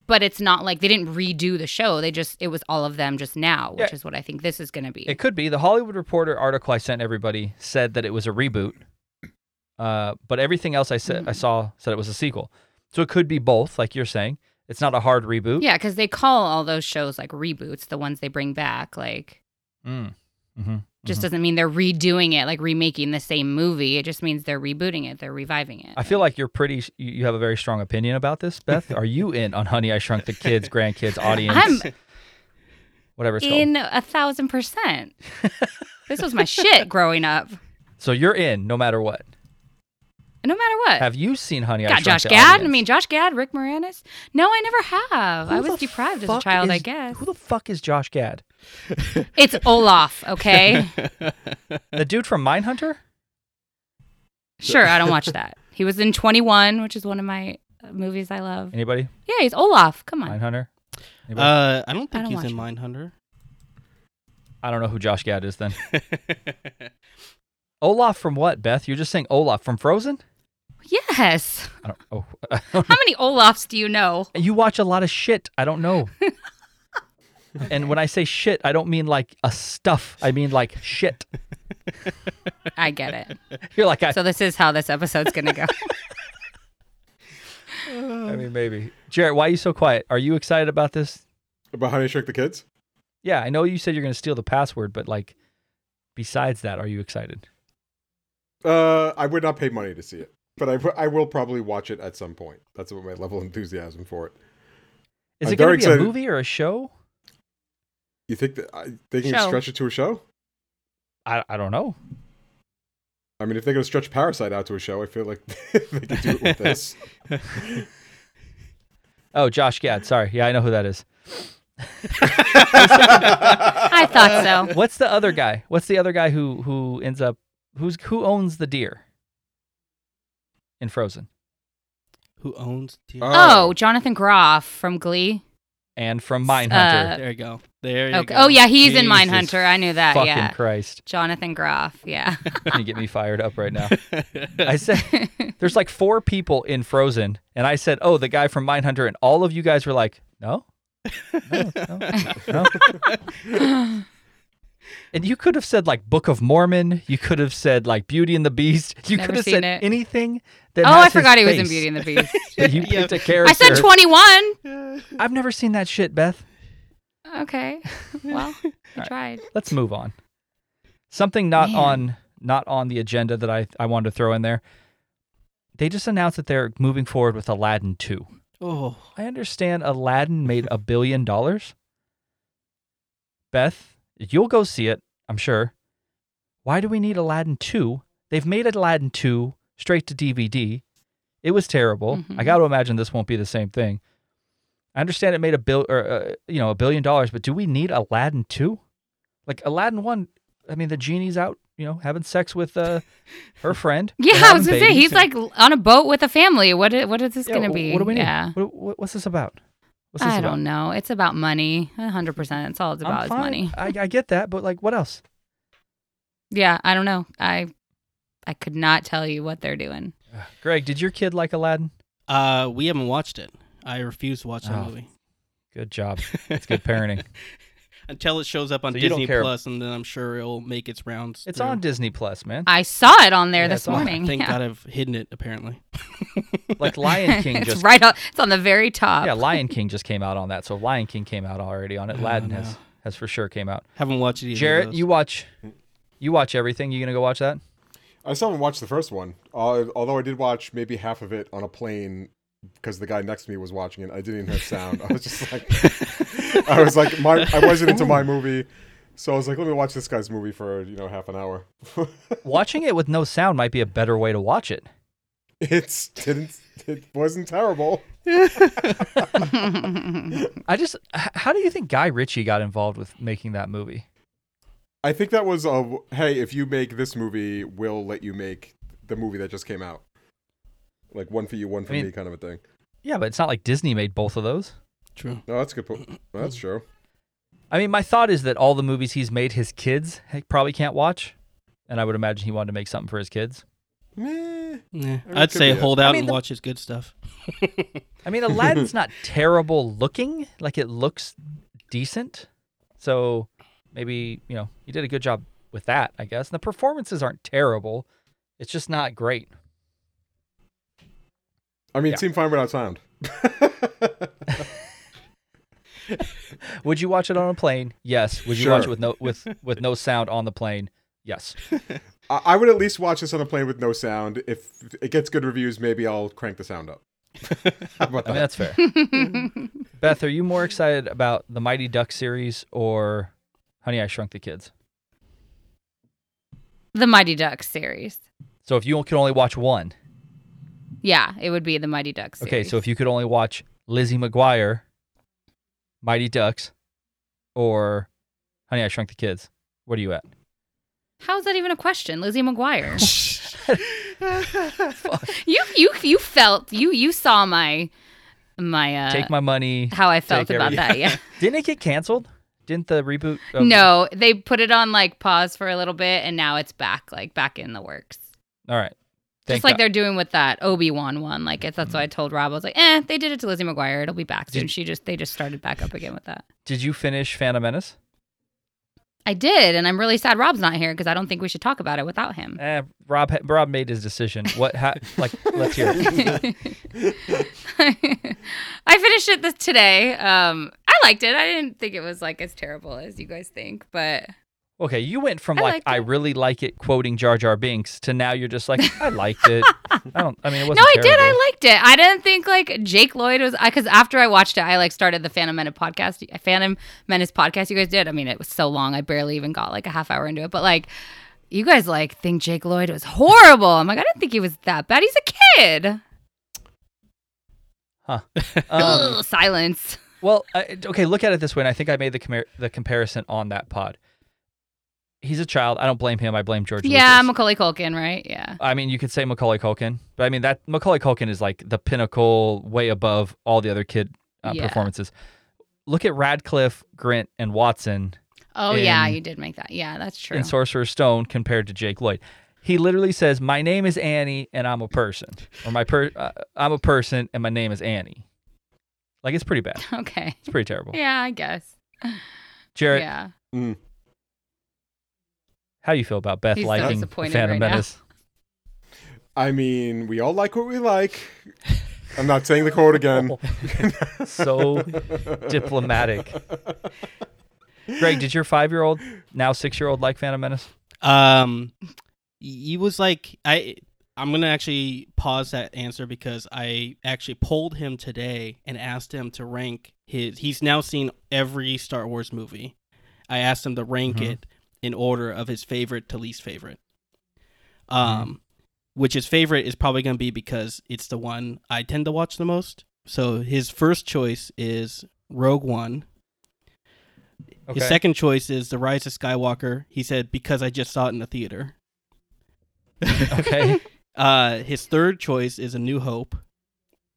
Speaker 4: but it's not like they didn't redo the show. They just it was all of them just now, which
Speaker 1: Yeah.
Speaker 4: is what I think this is going to be.
Speaker 1: it could be the Hollywood Reporter article I sent everybody said that it was a reboot,
Speaker 4: Mm-hmm.
Speaker 1: uh, but everything else I said I saw said it was a sequel. So it could be both, like you're saying. It's not a hard reboot.
Speaker 4: Yeah, because they call all those shows like reboots, the ones they bring back. Like,
Speaker 1: Mm. hmm
Speaker 4: just doesn't mean they're redoing it, like remaking the same movie. It just means they're rebooting it, they're reviving it.
Speaker 1: I feel like you're pretty. You you have a very strong opinion about
Speaker 4: (laughs)
Speaker 1: this, Beth. Are you in on Honey I Shrunk the Kids, grandkids, audience,
Speaker 4: I'm
Speaker 1: whatever it's called?
Speaker 4: in a thousand percent. this was my shit growing up.
Speaker 1: So you're in, no matter what.
Speaker 4: No matter what.
Speaker 1: Have you seen Honey I
Speaker 4: Got
Speaker 1: Shrunk
Speaker 4: Uh, Josh
Speaker 1: the
Speaker 4: Gad. I
Speaker 1: Audience?
Speaker 4: mean, Josh Gad, Rick Moranis. No, I never have. I
Speaker 1: Who the
Speaker 4: was deprived as a
Speaker 1: fuck
Speaker 4: child, I
Speaker 1: is-
Speaker 4: guess.
Speaker 1: Who the fuck is Josh Gad?
Speaker 4: It's
Speaker 1: (laughs)
Speaker 4: Olaf, okay?
Speaker 1: The dude from Mindhunter?
Speaker 4: sure, I don't watch that. He was in 21, which is one of my uh, movies I love.
Speaker 1: Anybody?
Speaker 4: Yeah, he's Olaf. Come on.
Speaker 1: Mindhunter? Anybody?
Speaker 3: Uh, I don't think
Speaker 4: don't
Speaker 3: he's in
Speaker 4: watch
Speaker 2: (laughs)
Speaker 3: Mindhunter.
Speaker 1: I don't know who Josh Gad is then. (laughs) Olaf from what, Beth? You're just saying Olaf from Frozen?
Speaker 4: Yes.
Speaker 1: I don't, oh, (laughs)
Speaker 4: How many Olafs do you know?
Speaker 1: you watch a lot of shit. I don't
Speaker 4: (laughs)
Speaker 1: know. And when I say shit, I don't mean like a stuff. I mean like shit.
Speaker 4: I get it.
Speaker 1: You're like, I,
Speaker 4: So this is how this episode's gonna go.
Speaker 1: I mean, maybe. Jarrett, why are you so quiet? Are you excited about this?
Speaker 2: About Honey I Shrunk the Kids?
Speaker 1: Yeah, I know you said you're going to steal the password, but like, besides that, are you excited?
Speaker 2: Uh, I would not pay money to see it, but I, w- I will probably watch it at some point. That's what my level of enthusiasm for it.
Speaker 1: Is
Speaker 2: I'm
Speaker 1: it going to
Speaker 2: very
Speaker 1: be a
Speaker 2: excited.
Speaker 1: movie or a show?
Speaker 2: You think that I, they can
Speaker 4: Show.
Speaker 2: stretch it to a show?
Speaker 1: I, I don't know.
Speaker 2: I mean, if they're going to stretch Parasite out to a show, I feel like (laughs) (laughs) they could do
Speaker 3: (laughs)
Speaker 2: it with this.
Speaker 1: Oh, Josh Gad. Sorry. Yeah, I know who that is.
Speaker 4: I thought
Speaker 1: (laughs)
Speaker 4: so.
Speaker 1: What's the other guy? What's the other guy who who ends up who's who owns the deer in Frozen
Speaker 3: (laughs) Who owns? T-
Speaker 2: Uh,
Speaker 4: Oh, Jonathan Groff from Glee.
Speaker 1: and from Mindhunter?
Speaker 4: Uh,
Speaker 3: there you go. There you
Speaker 4: Okay.
Speaker 3: go.
Speaker 4: Oh yeah, he's in in
Speaker 3: Jesus
Speaker 4: Mindhunter. I knew that.
Speaker 1: Fucking
Speaker 4: Yeah.
Speaker 1: Christ!
Speaker 4: Jonathan Groff.
Speaker 1: (laughs)
Speaker 4: Yeah.
Speaker 1: You get me fired up right now. I said there's like four people in Frozen, and I said, oh, the guy from Mindhunter, and all of you guys were like, no, no, no, no. (laughs) And you could have said like Book of Mormon. You could have said like Beauty and the Beast. You
Speaker 4: Never
Speaker 1: could have
Speaker 4: seen
Speaker 1: said
Speaker 4: it.
Speaker 1: anything. That
Speaker 4: (laughs) oh,
Speaker 1: has
Speaker 4: I
Speaker 1: his
Speaker 4: forgot he was in
Speaker 1: face.
Speaker 4: Beauty
Speaker 1: (laughs)
Speaker 4: and the Beast.
Speaker 1: But you
Speaker 3: Yeah.
Speaker 1: picked a character.
Speaker 4: (laughs) I said 21.
Speaker 1: I've never seen that shit, Beth. (laughs)
Speaker 4: Okay. Well, I tried.
Speaker 1: Let's move on. Something not
Speaker 4: Man.
Speaker 1: on not on the agenda that I I wanted to throw in there. They just announced that they're moving forward with Aladdin 2.
Speaker 3: (laughs) oh,
Speaker 1: I understand Aladdin made a billion dollars. Beth, you'll go see it, I'm sure. Why do we need Aladdin 2? They've made Aladdin 2 straight to DVD. It was terrible. I
Speaker 4: Mhm.
Speaker 1: got to imagine this won't be the same thing. I understand it made a bill or uh, you know, a billion dollars, but do we need Aladdin 2? Like Aladdin 1, I mean the genie's out, you know, having sex with uh, her friend. They're
Speaker 4: (laughs) Yeah, I
Speaker 1: having
Speaker 4: was gonna say
Speaker 1: babies.
Speaker 4: he's like l- on a boat with a family. What is, what is this
Speaker 1: Yeah,
Speaker 4: gonna
Speaker 1: wh-
Speaker 4: be?
Speaker 1: What do we need?
Speaker 4: Yeah.
Speaker 1: What- what- what's this about? What's this
Speaker 4: I
Speaker 1: about?
Speaker 4: don't know. It's about money. 100%. It's all it's about is money.
Speaker 1: I, I get that, but like, what else?
Speaker 4: Yeah, I don't know. I I could not tell you what they're doing.
Speaker 1: Greg, did your kid like Aladdin?
Speaker 3: uh, we haven't watched it. I refuse to watch that
Speaker 1: Oh.
Speaker 3: movie
Speaker 1: (laughs) Good job. It's good (laughs) parenting.
Speaker 3: until it shows up on
Speaker 1: So you don't
Speaker 3: Disney
Speaker 1: care-
Speaker 3: Plus, and then I'm sure it'll make its rounds.
Speaker 1: It's
Speaker 3: through.
Speaker 1: on Disney Plus, man.
Speaker 4: I saw it on there
Speaker 1: Yeah,
Speaker 4: this
Speaker 1: it's on-
Speaker 4: morning.
Speaker 3: Thank
Speaker 4: yeah.
Speaker 3: God I've hidden it. Apparently,
Speaker 1: Like
Speaker 4: (laughs)
Speaker 1: Lion King
Speaker 4: it's
Speaker 1: just
Speaker 4: right up. It's on the very top.
Speaker 1: yeah, Lion King just came out on that. So Lion King came out already on it.
Speaker 3: Oh,
Speaker 1: Aladdin
Speaker 3: no.
Speaker 1: has has for sure came out.
Speaker 3: haven't watched it. Either of
Speaker 1: Jarrett,
Speaker 3: those.
Speaker 1: you watch, you watch everything. You gonna go watch that?
Speaker 2: (laughs)
Speaker 1: (laughs)
Speaker 2: I still haven't watched the first one, uh, although I did watch maybe half of it on a plane because the guy next to me was watching it. I didn't even have sound. I was just (laughs) like, I was like, my, I wasn't into my movie, so I was like, let me watch this guy's movie for you know half an hour. (laughs)
Speaker 1: Watching it with no sound might be a better way to watch it.
Speaker 2: it's didn't it wasn't terrible.
Speaker 1: (laughs) I just, h- how do you think Guy Ritchie got involved with making that movie?
Speaker 2: I think that was a hey, if you make this movie, we'll let you make the movie that just came out, like one for you, one for
Speaker 1: I mean-
Speaker 2: me, kind of a thing.
Speaker 1: Yeah, but it's not like Disney made both of those.
Speaker 3: True.
Speaker 2: No, that's a good. point.
Speaker 1: (clears throat)
Speaker 2: That's true.
Speaker 1: I mean, my thought is that all the movies he's made, his kids he probably can't watch, and I would imagine he wanted to make something for his kids.
Speaker 2: Meh.
Speaker 3: Yeah.
Speaker 2: mean,
Speaker 3: I'd
Speaker 2: could
Speaker 3: say
Speaker 2: be it.
Speaker 3: hold out
Speaker 1: I mean,
Speaker 3: and
Speaker 1: the-
Speaker 3: watch his good stuff.
Speaker 1: I mean, Aladdin's not terrible looking; like it looks decent. So maybe you know he did a good job with that, I guess. And the performances aren't terrible; it's just not great.
Speaker 2: I mean,
Speaker 1: Yeah.
Speaker 2: it seemed fine without sound.
Speaker 1: Would you watch it on a plane? Yes. Would you watch it
Speaker 2: Sure.
Speaker 1: with no with with no sound on the plane? Yes.
Speaker 2: I, I would at least watch this on a plane with no sound. If it gets good reviews, maybe I'll crank the
Speaker 1: (laughs)
Speaker 2: sound up. How about
Speaker 1: I mean
Speaker 2: that?
Speaker 1: that's fair. Beth, are you more excited about the Mighty Duck series or Honey I Shrunk the Kids?
Speaker 4: (laughs) the Mighty Ducks series.
Speaker 1: So if you could only watch one,
Speaker 4: Yeah, it would be the Mighty Ducks series.
Speaker 1: okay. So if you could only watch Lizzie McGuire, Mighty Ducks, or Honey I Shrunk the Kids, what are you at?
Speaker 4: How is that even a question,
Speaker 1: (laughs)
Speaker 4: Lizzie McGuire? (laughs) you you you felt you you saw my my uh
Speaker 1: Take my money.
Speaker 4: how I felt
Speaker 1: take
Speaker 4: about
Speaker 1: (laughs)
Speaker 4: that. Yeah.
Speaker 1: Didn't it get canceled? Didn't the reboot? of-
Speaker 4: No, they put it on like pause for a little bit, and now it's back like back in the works.
Speaker 1: All right.
Speaker 4: Just like they're doing with that Obi Wan one, like it's that's what I told Rob. I was like, "Eh, they did it to Lizzie McGuire. It'll be back soon."
Speaker 1: Mm-hmm. Did-
Speaker 4: She just they just started back up again with that.
Speaker 1: Did you finish Phantom Menace?
Speaker 4: I did, and I'm really sad Rob's not here because I don't think we should talk about it
Speaker 1: (laughs)
Speaker 4: without him. (laughs)
Speaker 1: Eh, Rob Rob made his decision. What? Ha- like, let's hear.
Speaker 4: (laughs)
Speaker 1: It.
Speaker 4: I finished it this today. Um, I liked it. I didn't think it was like as terrible as you guys think, but
Speaker 1: Okay, you went from
Speaker 4: I
Speaker 1: like
Speaker 4: liked
Speaker 1: I
Speaker 4: it.
Speaker 1: really like it, quoting Jar Jar Binks, to now you're just like I liked
Speaker 4: (laughs)
Speaker 1: it. I don't. I mean, it wasn't.
Speaker 4: no, I did.
Speaker 1: terrible.
Speaker 4: I liked it. I didn't think like Jake Lloyd was because after I watched it, I like started the Phantom Menace podcast. Phantom Menace podcast. You guys did. I mean, it was so long. I barely even got like a half hour into it. But like, you guys like think Jake Lloyd was horrible. I'm like, I didn't think he was that bad. He's a kid.
Speaker 1: Um,
Speaker 4: Ugh, silence.
Speaker 1: Well, I, okay, look at it this way, and I think I made the comar- the comparison on that pod. He's a child. I don't blame him. I blame George
Speaker 4: Yeah,
Speaker 1: Lucas.
Speaker 4: Macaulay Culkin, right? Yeah.
Speaker 1: I mean, you could say Macaulay Culkin, but I mean that Macaulay Culkin is like the pinnacle, way above all the other kid uh,
Speaker 4: Yeah.
Speaker 1: performances. Look at Radcliffe, Grint, and Watson
Speaker 4: Oh yeah,
Speaker 1: In-
Speaker 4: you did make that. Yeah, that's true.
Speaker 1: in Sorcerer's Stone compared to Jake Lloyd. He literally says, "My name is Annie, and I'm a person," or "My per- uh, I'm a person, and my name is Annie." Like it's pretty bad.
Speaker 4: (laughs) okay.
Speaker 1: It's pretty terrible.
Speaker 4: (laughs) Yeah, I guess.
Speaker 1: Jarrett,
Speaker 4: Yeah.
Speaker 1: (laughs)
Speaker 2: Mm.
Speaker 1: How you feel about Beth
Speaker 4: He's so
Speaker 1: liking
Speaker 4: disappointed
Speaker 1: Phantom
Speaker 4: right now.
Speaker 1: Menace?
Speaker 2: I mean, we all like what we
Speaker 1: (laughs)
Speaker 2: like. I'm not saying the quote
Speaker 3: Um,
Speaker 2: again.
Speaker 3: (laughs)
Speaker 1: so diplomatic. Greg, did your five-year-old, now six-year-old, like Phantom Menace?
Speaker 3: Um, he was like, I. I'm gonna actually pause that answer because I actually polled him today and asked him to rank his. He's now seen every Star Wars movie. I asked him to rank
Speaker 1: Mhm.
Speaker 3: it in order of his favorite to least favorite. Um, which his favorite is probably gonna be because it's the one I tend to watch the most. So his first choice is Rogue One. His second choice is The Rise of Skywalker. He said because I just saw it in the theater.
Speaker 4: (laughs)
Speaker 1: okay.
Speaker 3: Uh, his third choice is A New Hope.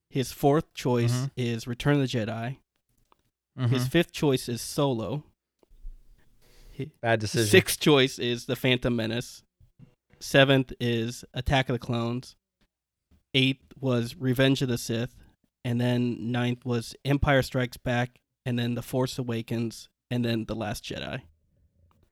Speaker 3: His fourth choice
Speaker 1: Mhm.
Speaker 3: is Return of the Jedi. His
Speaker 1: Mhm.
Speaker 3: fifth choice is Solo.
Speaker 1: Bad decision.
Speaker 3: Sixth choice is The Phantom Menace. Seventh is Attack of the Clones. Eighth was Revenge of the Sith. And then ninth was Empire Strikes Back. And then The Force Awakens. And then The Last Jedi.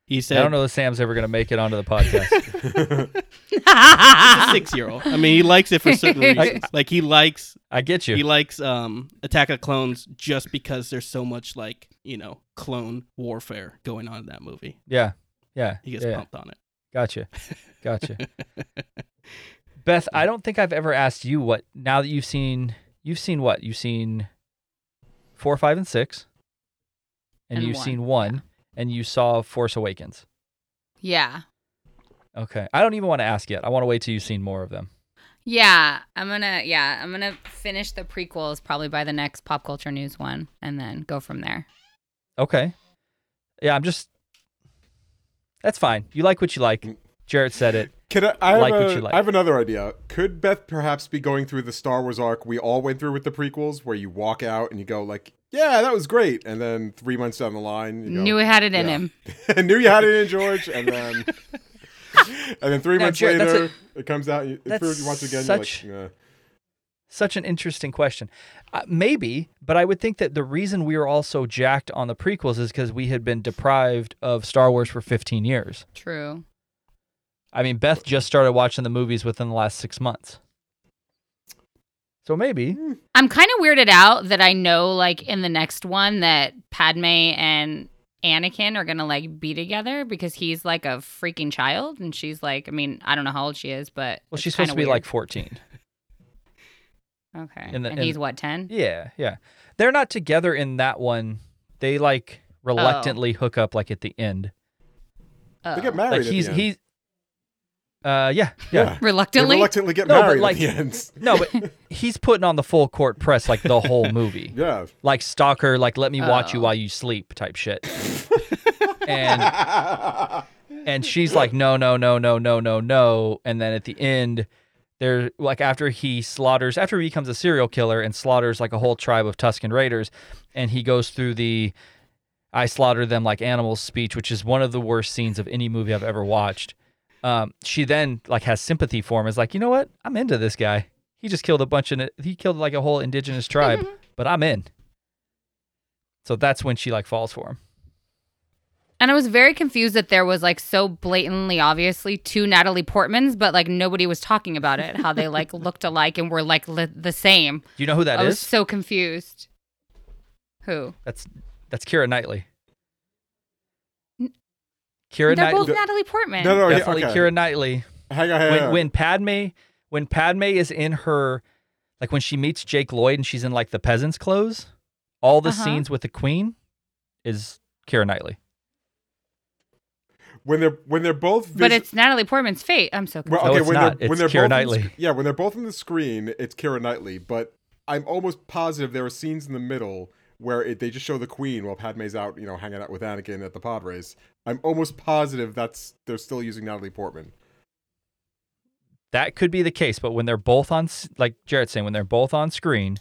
Speaker 3: He
Speaker 1: I
Speaker 3: said,
Speaker 1: don't know if Sam's ever going to make it onto the podcast.
Speaker 3: six year old. I mean, he likes it for certain reasons. Like he likes
Speaker 1: I get
Speaker 3: (laughs)
Speaker 1: you.
Speaker 3: he likes um Attack of the Clones just because there's so much like you know clone warfare going on in that movie.
Speaker 1: yeah. Yeah.
Speaker 3: He gets
Speaker 1: yeah.
Speaker 3: pumped on it. (laughs)
Speaker 1: Gotcha. Gotcha. Beth, I don't think I've ever asked you what now that you've seen you've seen what? You've seen four, five, and six. And,
Speaker 4: And
Speaker 1: you've
Speaker 4: one,
Speaker 1: seen one and you saw Force Awakens.
Speaker 4: yeah.
Speaker 1: Okay. I don't even want to ask yet. I want to wait till you've seen more of them.
Speaker 4: Yeah, I'm gonna yeah, I'm gonna finish the prequels probably by the next pop culture news one and then go from there.
Speaker 1: Okay. Yeah, I'm just That's fine. You like what you like. Jarrett said it.
Speaker 2: Can I, I, have
Speaker 1: Like what
Speaker 2: a-
Speaker 1: you like.
Speaker 2: I have another idea. Could Beth perhaps be going through the Star Wars arc we all went through with the prequels, where you walk out and you go like, "Yeah, that was great," and then three months down the line, you go,
Speaker 4: Knew it had it in
Speaker 2: Yeah. (laughs)
Speaker 4: him.
Speaker 2: knew you had it in George,
Speaker 1: (laughs)
Speaker 2: and then and then three
Speaker 1: Now,
Speaker 2: months
Speaker 1: Jared, that's
Speaker 2: later, it comes out. You,
Speaker 1: that's
Speaker 2: you watch it again,
Speaker 1: such-
Speaker 2: you're like,
Speaker 1: Such an interesting question. Uh, maybe, but I would think that the reason we were all so jacked on the prequels is because we had been deprived of Star Wars for 15 years.
Speaker 4: True.
Speaker 1: I mean, Beth just started watching the movies within the last six months. So maybe
Speaker 4: I'm kind of weirded out that I know, like, in the next one that Padme and Anakin are gonna like be together because he's like a freaking child and she's like, I mean, I don't know how old she is, but
Speaker 1: well
Speaker 4: it's
Speaker 1: she's supposed
Speaker 4: kinda
Speaker 1: to be like
Speaker 4: weird.
Speaker 1: 14.
Speaker 4: okay,
Speaker 1: in the-
Speaker 4: and
Speaker 1: in-
Speaker 4: he's what ten?
Speaker 1: Yeah, yeah. They're not together in that one. They like reluctantly hook up like at the end.
Speaker 2: They get
Speaker 4: Oh.
Speaker 1: Like
Speaker 2: married.
Speaker 1: he's
Speaker 2: at the end.
Speaker 1: he's uh yeah, yeah.
Speaker 2: They
Speaker 4: Reluctantly,
Speaker 2: reluctantly get
Speaker 1: No, but
Speaker 2: married
Speaker 1: like-
Speaker 2: at the end.
Speaker 1: No, but he's putting on the full court press like the
Speaker 2: (laughs)
Speaker 1: whole movie.
Speaker 2: Yeah.
Speaker 1: Like stalker, like let me watch you
Speaker 4: Oh.
Speaker 1: while you sleep type shit. and and she's like no, no, no, no, no, no, no. And then at the end there like after he slaughters after he becomes a serial killer and slaughters like a whole tribe of Tuscan Raiders and he goes through the I slaughter them like animals speech, which is one of the worst scenes of any movie I've ever watched. Um, she then like has sympathy for him. Is like, you know what? I'm into this guy. He just killed a bunch of he killed like a whole indigenous tribe, but I'm in. So that's when she like falls for him.
Speaker 4: and I was very confused that there was like so blatantly, obviously, two Natalie Portmans, but like nobody was talking about
Speaker 1: (laughs)
Speaker 4: it. How they like looked alike and were like li- the same.
Speaker 1: Do you know who that
Speaker 4: I
Speaker 1: is?
Speaker 4: was so confused. Who?
Speaker 1: That's that's Kira Knightley. Kira
Speaker 4: They're
Speaker 1: Knightley,
Speaker 4: both Natalie
Speaker 2: (laughs)
Speaker 4: Portman.
Speaker 2: No, no, Oh, yeah,
Speaker 1: definitely
Speaker 2: okay.
Speaker 1: Kira Knightley.
Speaker 2: Hang on, hang
Speaker 1: when
Speaker 2: on.
Speaker 1: when Padme when Padme is in her like when she meets Jake Lloyd and she's in like the peasant's clothes, all the
Speaker 4: Uh-huh.
Speaker 1: scenes with the queen is Kira Knightley.
Speaker 2: when they're when they're both vis-
Speaker 4: but it's Natalie Portman's fate. I'm so confused.
Speaker 1: No,
Speaker 2: well, okay
Speaker 1: it's
Speaker 2: when
Speaker 1: not.
Speaker 2: they're
Speaker 1: It's
Speaker 2: when they're
Speaker 1: Keira
Speaker 2: both on the
Speaker 1: Knightley.
Speaker 2: sc- yeah when they're both on the screen it's Kira Knightley but I'm almost positive there are scenes in the middle where it, they just show the queen while Padme's out you know hanging out with Anakin at the pod race I'm almost positive that's they're still using Natalie Portman
Speaker 1: That could be the case, but when they're both on s- like Jared's saying, when they're both on screen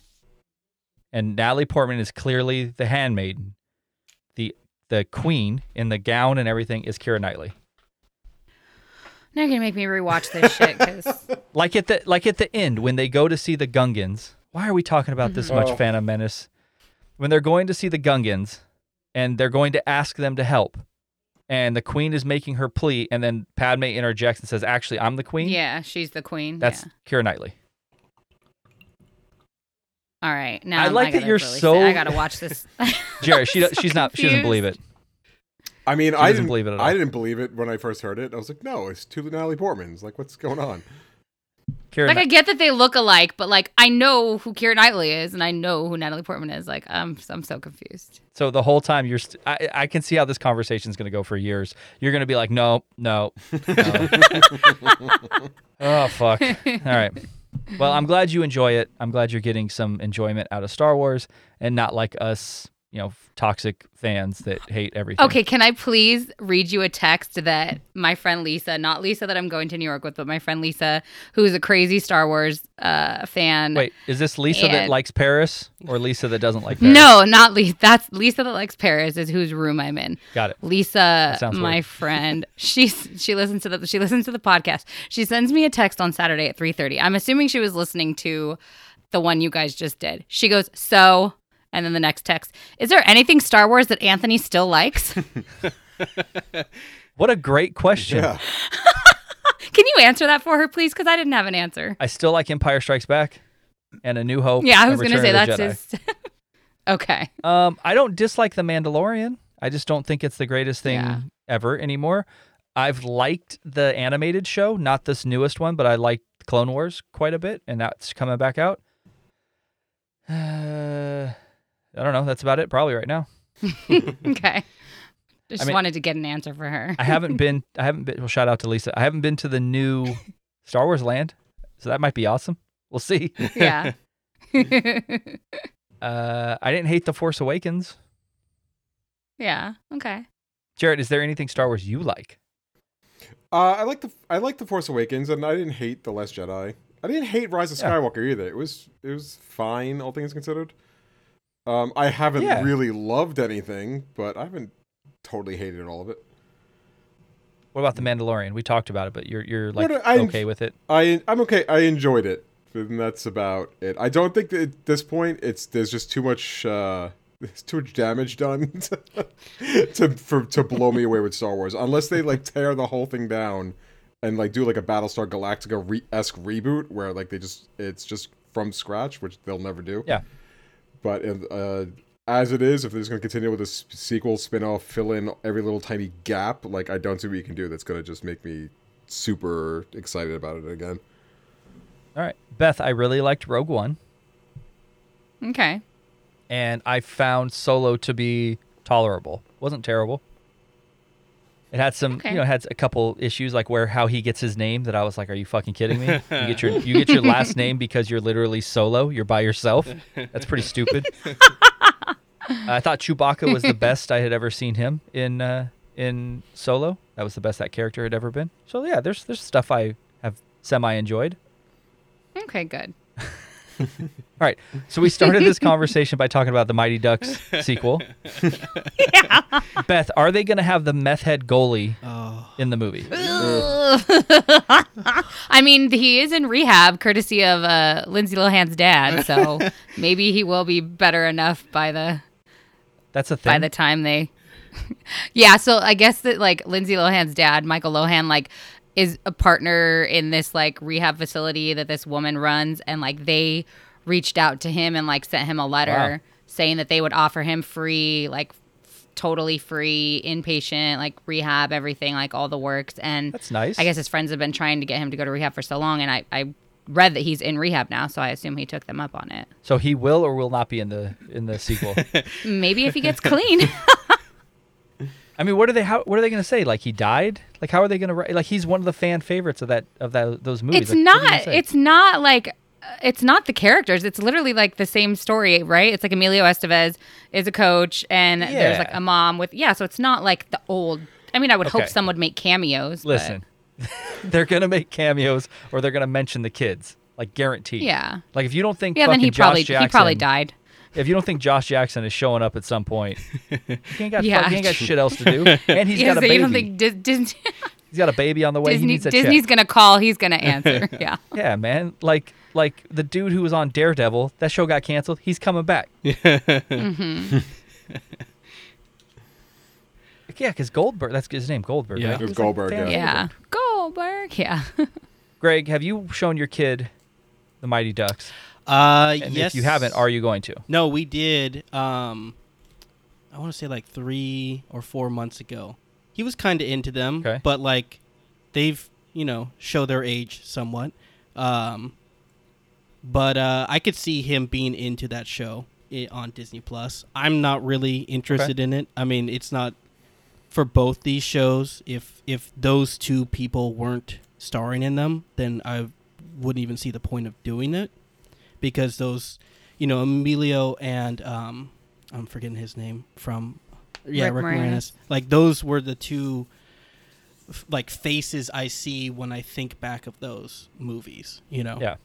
Speaker 1: and Natalie Portman is clearly the handmaiden, the the queen in the gown and everything is Kira Knightley.
Speaker 4: Now you're gonna make me rewatch this shit because
Speaker 1: Like at the like at the end when they go to see the Gungans. Why are we talking about this much
Speaker 4: Mm-hmm.
Speaker 2: Oh.
Speaker 1: Phantom Menace? When they're going to see the Gungans and they're going to ask them to help. And the queen is making her plea and then Padme interjects and says, "Actually, I'm the (laughs) queen."
Speaker 4: yeah, she's the queen.
Speaker 1: That's
Speaker 4: yeah.
Speaker 1: Kira Knightley.
Speaker 4: all right. Now
Speaker 1: I
Speaker 4: I'm-
Speaker 1: like that
Speaker 4: gotta
Speaker 1: you're
Speaker 4: really
Speaker 1: so-
Speaker 4: sit- I gotta watch this.
Speaker 1: (laughs) Jared, she
Speaker 4: (laughs) I'm
Speaker 1: do-
Speaker 4: so
Speaker 1: she's not she doesn't believe it.
Speaker 2: I mean I
Speaker 1: doesn't
Speaker 2: didn't
Speaker 1: believe it at all.
Speaker 2: I didn't believe it when I first heard it I was like no it's two Natalie Portmans like what's going on
Speaker 1: Kira
Speaker 4: Like I
Speaker 1: Knight-
Speaker 4: get that they look alike, but like I know who Keira Knightley is and I know who Natalie Portman is. Like I'm I'm so confused.
Speaker 1: so the whole time you're st- I, I can see how this conversation is going to go for years. You're going to be like, "No, no." no. (laughs) oh fuck. All right. Well, I'm glad you enjoy it. I'm glad you're getting some enjoyment out of Star Wars and not like us, you know, toxic fans that hate everything.
Speaker 4: Okay, can I please read you a text that my friend Lisa, not Lisa that I'm going to New York with, but my friend Lisa, who is a crazy Star Wars uh, fan.
Speaker 1: Wait, is this Lisa that
Speaker 4: And-
Speaker 1: likes Paris or Lisa that doesn't like Paris?
Speaker 4: No, not Lisa. That's Lisa that likes Paris is whose room I'm in.
Speaker 1: Got it.
Speaker 4: Lisa,
Speaker 1: sounds
Speaker 4: my
Speaker 1: weird.
Speaker 4: friend, (laughs) she's she listens to the she listens to the podcast. She sends me a text on Saturday at 3:30. I'm assuming she was listening to the one you guys just did. She goes, "So," and then the next text, "Is there anything Star Wars that Anthony
Speaker 1: (laughs)
Speaker 4: still likes? Can
Speaker 1: What a great question.
Speaker 2: yeah
Speaker 4: you answer that for her, please? Because I didn't have an answer."
Speaker 1: I still like Empire Strikes Back and A New Hope.
Speaker 4: Yeah, I
Speaker 1: and
Speaker 4: was going to
Speaker 1: Return
Speaker 4: say
Speaker 1: of the
Speaker 4: that's
Speaker 1: Jedi.
Speaker 4: his. (laughs) okay.
Speaker 1: Um, I don't dislike The Mandalorian. I just don't think it's the greatest thing
Speaker 4: Yeah.
Speaker 1: ever anymore. I've liked the animated show, not this newest one, but I liked Clone Wars quite a bit, and that's coming back out. (sighs) Uh, I don't know. That's about it, probably right now. (laughs)
Speaker 4: Okay. Just
Speaker 1: mean-
Speaker 4: wanted to get an answer
Speaker 1: (laughs)
Speaker 4: for her.
Speaker 1: I haven't been. I haven't been. Well, shout out to Lisa. I haven't been to the new Star Wars Land, so that might be awesome. We'll see. (laughs)
Speaker 4: yeah. (laughs)
Speaker 1: Uh, I didn't hate The Force Awakens.
Speaker 4: yeah. Okay.
Speaker 1: Jared, is there anything Star Wars you like?
Speaker 2: Uh, I like the I like the Force Awakens, and I didn't hate the Last Jedi. I didn't hate Rise of
Speaker 1: Yeah.
Speaker 2: Skywalker either. It was it was fine, all things considered. Um, I haven't
Speaker 1: Yeah.
Speaker 2: really loved anything, but I haven't totally hated all of it.
Speaker 1: What about The Mandalorian? We talked about it, but you're you're
Speaker 2: No,
Speaker 1: like
Speaker 2: no, I-
Speaker 1: okay with it.
Speaker 2: I I'm okay. I enjoyed it, and that's about it. I don't think that at this point it's there's just too much uh, (laughs) there's too much damage done (laughs) to to, for, to blow me away with Star Wars, unless they like tear the whole thing down and like do like a Battlestar Galactica re- esque reboot where like they just it's just from scratch, which they'll never do.
Speaker 1: Yeah.
Speaker 2: But uh, as it is, if they're just going to continue with a s- sequel, spin off, fill in every little tiny gap, like I don't see what you can do that's going to just make me super excited about it again.
Speaker 1: All right, Beth, I really liked Rogue One,
Speaker 4: Okay.
Speaker 1: and I found Solo to be tolerable. wasn't terrible. It had some,
Speaker 4: Okay.
Speaker 1: you know, it had a couple issues like where how he gets his name that I was like, "Are you fucking kidding me? You get your you get your last name because you're literally solo. You're by yourself. That's pretty stupid." I thought Chewbacca was the best I had ever seen him in uh, in Solo. That was the best that character had ever been. So yeah, there's there's stuff I have semi enjoyed.
Speaker 4: Okay, good.
Speaker 1: All right. So we started this conversation by talking about the Mighty
Speaker 4: (laughs)
Speaker 1: Ducks sequel. Beth, are they going to have the meth head goalie
Speaker 3: Oh,
Speaker 1: in the movie?
Speaker 4: I mean, he is in rehab courtesy of uh, Lindsay Lohan's dad, so maybe he will be better enough by the
Speaker 1: That's a
Speaker 4: by
Speaker 1: thing.
Speaker 4: the time they (laughs) yeah so i guess that like lindsay lohan's dad michael lohan like is a partner in this like rehab facility that this woman runs and like they reached out to him and like sent him a letter saying that they would offer him free like f- totally free inpatient like rehab everything like all the works and
Speaker 1: That's nice.
Speaker 4: i guess his friends have been trying to get him to go to rehab for so long and i i read that he's in rehab now so i assume he took them up on it
Speaker 1: so he will or will not be in the in the
Speaker 4: (laughs)
Speaker 1: sequel.
Speaker 4: maybe if
Speaker 1: (laughs)
Speaker 4: he gets clean
Speaker 1: I mean, what are they how what are they going to say? Like he died? Like how are they going to like he's one of the fan favorites of that of that those movies.
Speaker 4: It's
Speaker 1: Like, what are they gonna
Speaker 4: not.
Speaker 1: say?
Speaker 4: It's not like. uh, It's not the characters. It's literally like the same story, right? It's like Emilio Estevez is a coach, and there's like
Speaker 1: Yeah.
Speaker 4: a mom with yeah. So it's not like the old. I mean, I would hope
Speaker 1: Okay.
Speaker 4: some would make cameos. but-
Speaker 1: Listen. (laughs) they're going to make cameos or they're going to mention the kids. Like guaranteed.
Speaker 4: Yeah.
Speaker 1: Like if you don't think
Speaker 4: yeah, then
Speaker 1: fucking
Speaker 4: he
Speaker 1: Josh
Speaker 4: probably
Speaker 1: Jackson,
Speaker 4: he probably died.
Speaker 1: if you don't think Josh Jackson is showing up at some point, he ain't got,
Speaker 4: Yeah.
Speaker 1: fuck- he ain't got shit else to do. And he's
Speaker 4: Yeah, (laughs)
Speaker 1: got a
Speaker 4: so
Speaker 1: baby.
Speaker 4: you don't think Dis-
Speaker 1: (laughs)
Speaker 4: Dis-
Speaker 1: he's got a baby on the way. he
Speaker 4: Disney
Speaker 1: needs a
Speaker 4: Disney's
Speaker 1: check.
Speaker 4: gonna call? He's gonna answer.
Speaker 1: (laughs)
Speaker 4: Yeah.
Speaker 1: Yeah, man. Like like the dude who was on Daredevil, that show got canceled. He's coming back. Yeah. (laughs) yeah, because Goldberg. That's his name, Goldberg.
Speaker 3: Yeah.
Speaker 1: right?
Speaker 3: It
Speaker 2: was
Speaker 1: He's
Speaker 2: Goldberg,
Speaker 1: fan-
Speaker 2: yeah.
Speaker 4: Yeah. Goldberg.
Speaker 1: (laughs)
Speaker 4: Yeah.
Speaker 1: Greg, have you shown your kid the Mighty Ducks?
Speaker 3: (laughs) uh,
Speaker 1: And
Speaker 3: yes.
Speaker 1: if you haven't, are you going to?
Speaker 3: No, we did. Um, I want to say like three or four months ago. He was kind of into them,
Speaker 1: Okay.
Speaker 3: but like they've you know show their age somewhat. Um, but uh, I could see him being into that show i- on Disney Plus. I'm not really interested in it. I mean, it's not for both these shows. If if those two people weren't starring in them, then I wouldn't even see the point of doing it because those, you know, Emilio and um, I'm forgetting his name from, yeah, Rick,
Speaker 4: Rick
Speaker 3: Moranis.
Speaker 4: Moranis.
Speaker 3: Like those were the two, f- like faces I see when I think back of those movies. You know.
Speaker 1: Yeah.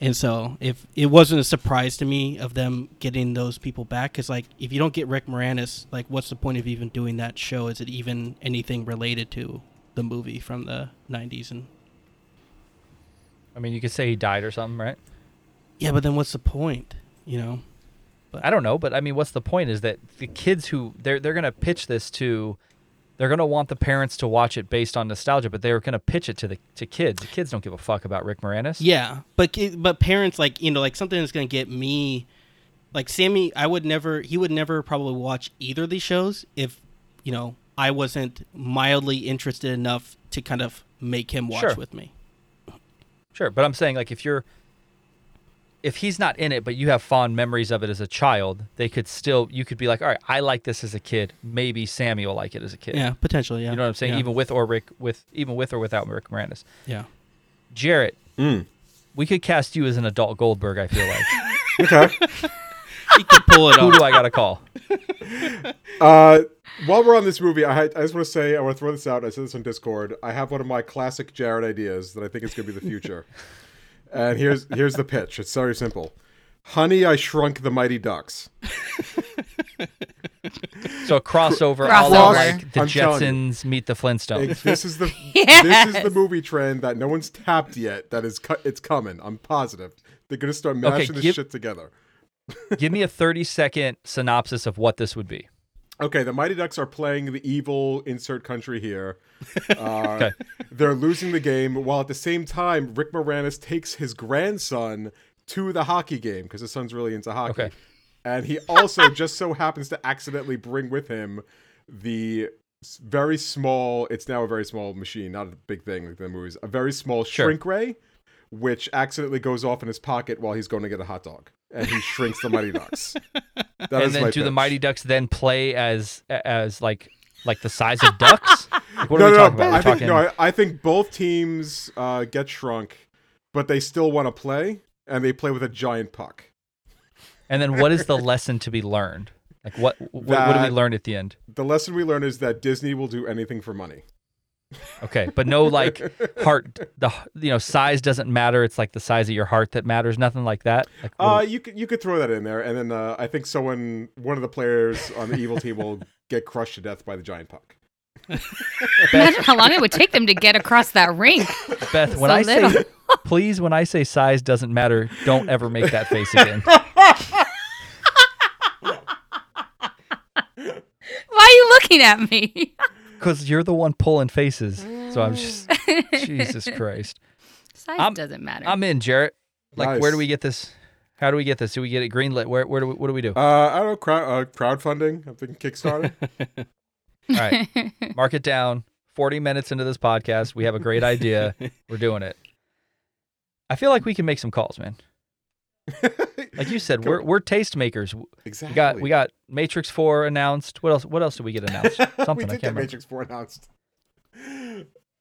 Speaker 3: And so if it wasn't a surprise to me of them getting those people back, because like if you don't get Rick Moranis, like what's the point of even doing that show? Is it even anything related to the movie from the '90s? And
Speaker 1: I mean, you could say he died or something, right?
Speaker 3: yeah, but then what's the point? You know?
Speaker 1: I don't know, but I mean, what's the point? Is that the kids who they're they're gonna pitch this to, they're gonna want the parents to watch it based on nostalgia, but they're gonna pitch it to the to kids. The kids don't give a fuck about Rick Moranis.
Speaker 3: Yeah, but ki- but parents like you know like something that's gonna get me, like Sammy. I would never. He would never probably watch either of these shows if you know I wasn't mildly interested enough to kind of make him watch
Speaker 1: Sure.
Speaker 3: with me.
Speaker 1: sure. But I'm saying like if you're, if he's not in it, but you have fond memories of it as a child, they could still you could be like, all right, I like this as a kid. Maybe Sammy will like it as a kid.
Speaker 3: Yeah, potentially. Yeah,
Speaker 1: You know what I'm saying?
Speaker 3: Yeah.
Speaker 1: Even with or Rick with even with or without Rick Moranis.
Speaker 3: yeah.
Speaker 1: Jarrett,
Speaker 2: Mm.
Speaker 1: we could cast you as an adult Goldberg. I feel like.
Speaker 2: Okay.
Speaker 3: he could pull it
Speaker 1: Who
Speaker 3: off. (laughs)
Speaker 1: do I gotta call?
Speaker 2: Uh, while we're on this movie, I, I just want to say I want to throw this out. I said this on Discord. I have one of my classic Jared ideas that I think is going to be the future. and here's here's the pitch. It's very simple. Honey, I shrunk the mighty ducks.
Speaker 1: So a crossover, all of
Speaker 4: Crossover.
Speaker 1: like the
Speaker 2: I'm telling you.
Speaker 1: Jetsons meet the Flintstones.
Speaker 2: Like, this is the this is the
Speaker 4: Yes.
Speaker 2: movie trend that no one's tapped yet. That is co- it's coming. I'm positive they're going to start mashing this
Speaker 1: give-
Speaker 2: shit together.
Speaker 1: Give me a 30 second synopsis of what this would be.
Speaker 2: Okay, the Mighty Ducks are playing the evil insert country here. Uh,
Speaker 1: Okay.
Speaker 2: They're losing the game, while at the same time, Rick Moranis takes his grandson to the hockey game because his son's really into hockey.
Speaker 1: Okay.
Speaker 2: And he also (laughs) just so happens to accidentally bring with him the s- very small, it's now a very small machine, not a big thing like the movies, a very small
Speaker 1: Sure.
Speaker 2: shrink ray, which accidentally goes off in his pocket while he's going to get a hot dog. And he shrinks the Mighty
Speaker 1: (laughs)
Speaker 2: Ducks. That is
Speaker 1: and then
Speaker 2: my
Speaker 1: do the
Speaker 2: pitch.
Speaker 1: Mighty Ducks then play as as like like the size of
Speaker 4: (laughs)
Speaker 1: ducks? Like, What
Speaker 2: no,
Speaker 1: are we
Speaker 2: no,
Speaker 1: talking
Speaker 2: no,
Speaker 1: about?
Speaker 2: I
Speaker 1: We're
Speaker 2: think
Speaker 1: talking
Speaker 2: no. I, I think both teams uh, get shrunk, but they still want to play, and they play with a giant puck.
Speaker 1: And then what is the lesson to be learned? Like what what, what do we
Speaker 2: That-
Speaker 1: learn at the end?
Speaker 2: The lesson we learn is that Disney will do anything for money.
Speaker 1: Okay, but no like heart the you know size doesn't matter. It's like the size of your heart that matters. Nothing like that. Like
Speaker 2: Uh,
Speaker 1: what-
Speaker 2: you could you could throw that in there, and then uh, I think someone, one of the players on the evil team, (laughs) will get crushed to death by the giant puck.
Speaker 1: Beth,
Speaker 4: Imagine how long it would take them to get across that rink.
Speaker 1: Beth, when
Speaker 4: so
Speaker 1: I say
Speaker 4: little.
Speaker 1: (laughs) please, when I say size doesn't matter, don't ever make that face
Speaker 4: (laughs)
Speaker 1: again.
Speaker 4: Why are you looking at me? (laughs)
Speaker 1: Because you're the one pulling faces. So I'm just
Speaker 4: Mm.
Speaker 1: Jesus Christ.
Speaker 4: Size
Speaker 1: I'm-
Speaker 4: doesn't matter.
Speaker 1: I'm in, Jarrett. Like where do
Speaker 2: Nice.
Speaker 1: we get this? How do we get this? Do we get it greenlit? Where where do we, what do we do?
Speaker 2: Uh, I don't know, crowd, uh, crowdfunding. I'm thinking Kickstarter.
Speaker 1: All right.
Speaker 4: (laughs)
Speaker 1: Mark it down. 40 minutes into this podcast, we have a great
Speaker 2: (laughs)
Speaker 1: idea. We're doing it. I feel like we can make some calls, man. Like you said, we're we're tastemakers. We
Speaker 2: (laughs) exactly.
Speaker 1: got we got Matrix 4 announced. What else what else did we get announced? Something
Speaker 2: (laughs) we
Speaker 1: I can't
Speaker 2: did get
Speaker 1: remember.
Speaker 2: Matrix Four announced.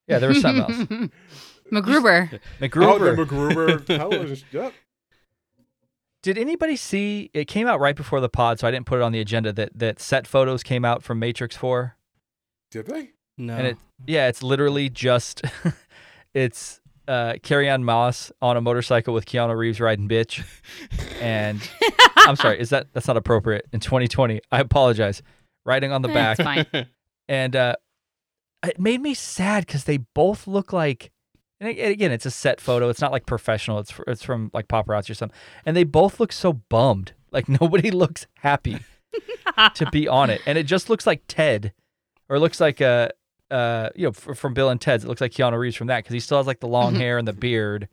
Speaker 1: Yeah, there was
Speaker 2: (laughs)
Speaker 1: something else.
Speaker 4: (laughs) MacGruber.
Speaker 2: Oh,
Speaker 1: MacGruber. (laughs)
Speaker 2: the MacGruber television. sh- Yep.
Speaker 1: Did anybody see it came out right before the pod, so I didn't put it on the agenda that that set photos came out from Matrix 4? (laughs)
Speaker 2: Did they?
Speaker 3: No.
Speaker 1: And it, yeah, it's literally just (laughs) it's uh Carrie Ann Moss on a motorcycle with Keanu Reeves riding bitch. And I'm sorry, is that that's not appropriate in 2020? I apologize. Riding on (laughs) the
Speaker 4: Eh,
Speaker 1: back,
Speaker 4: It's fine.
Speaker 1: and uh it made me sad because they both look like. And a- and again, it's a set photo. It's not like professional. It's fr- it's from like paparazzi or something. And they both look so bummed. Like (laughs) nobody looks happy to be on it. And it just looks like Ted, or it looks like uh uh you know f- from Bill and Ted's. It looks like Keanu Reeves from that because he still has like the
Speaker 2: Mm-hmm.
Speaker 1: long hair and the beard.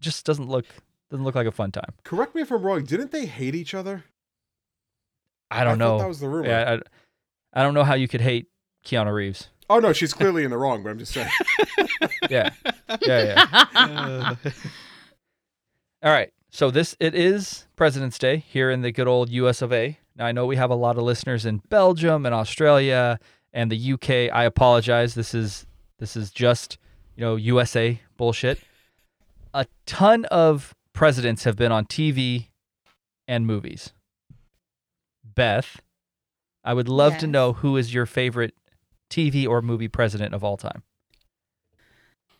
Speaker 1: Just doesn't look doesn't look like a fun time.
Speaker 2: Correct me if I'm wrong. Didn't they hate each other?
Speaker 1: I don't
Speaker 2: thought
Speaker 1: know.
Speaker 2: that was the rumor.
Speaker 1: yeah, I, I don't know how you could hate Keanu Reeves.
Speaker 2: Oh no, she's clearly in the wrong. But I'm just
Speaker 4: (laughs)
Speaker 2: saying.
Speaker 1: Yeah, yeah, yeah.
Speaker 3: Uh,
Speaker 1: All right. So this it is President's Day here in the good old US of A. Now I know we have a lot of listeners in Belgium and Australia and the UK. I apologize. This is this is just, you know, USA bullshit. A ton of presidents have been on TV and movies. Beth, I would love to
Speaker 4: Yes.
Speaker 1: know who is your favorite TV or movie president of all time.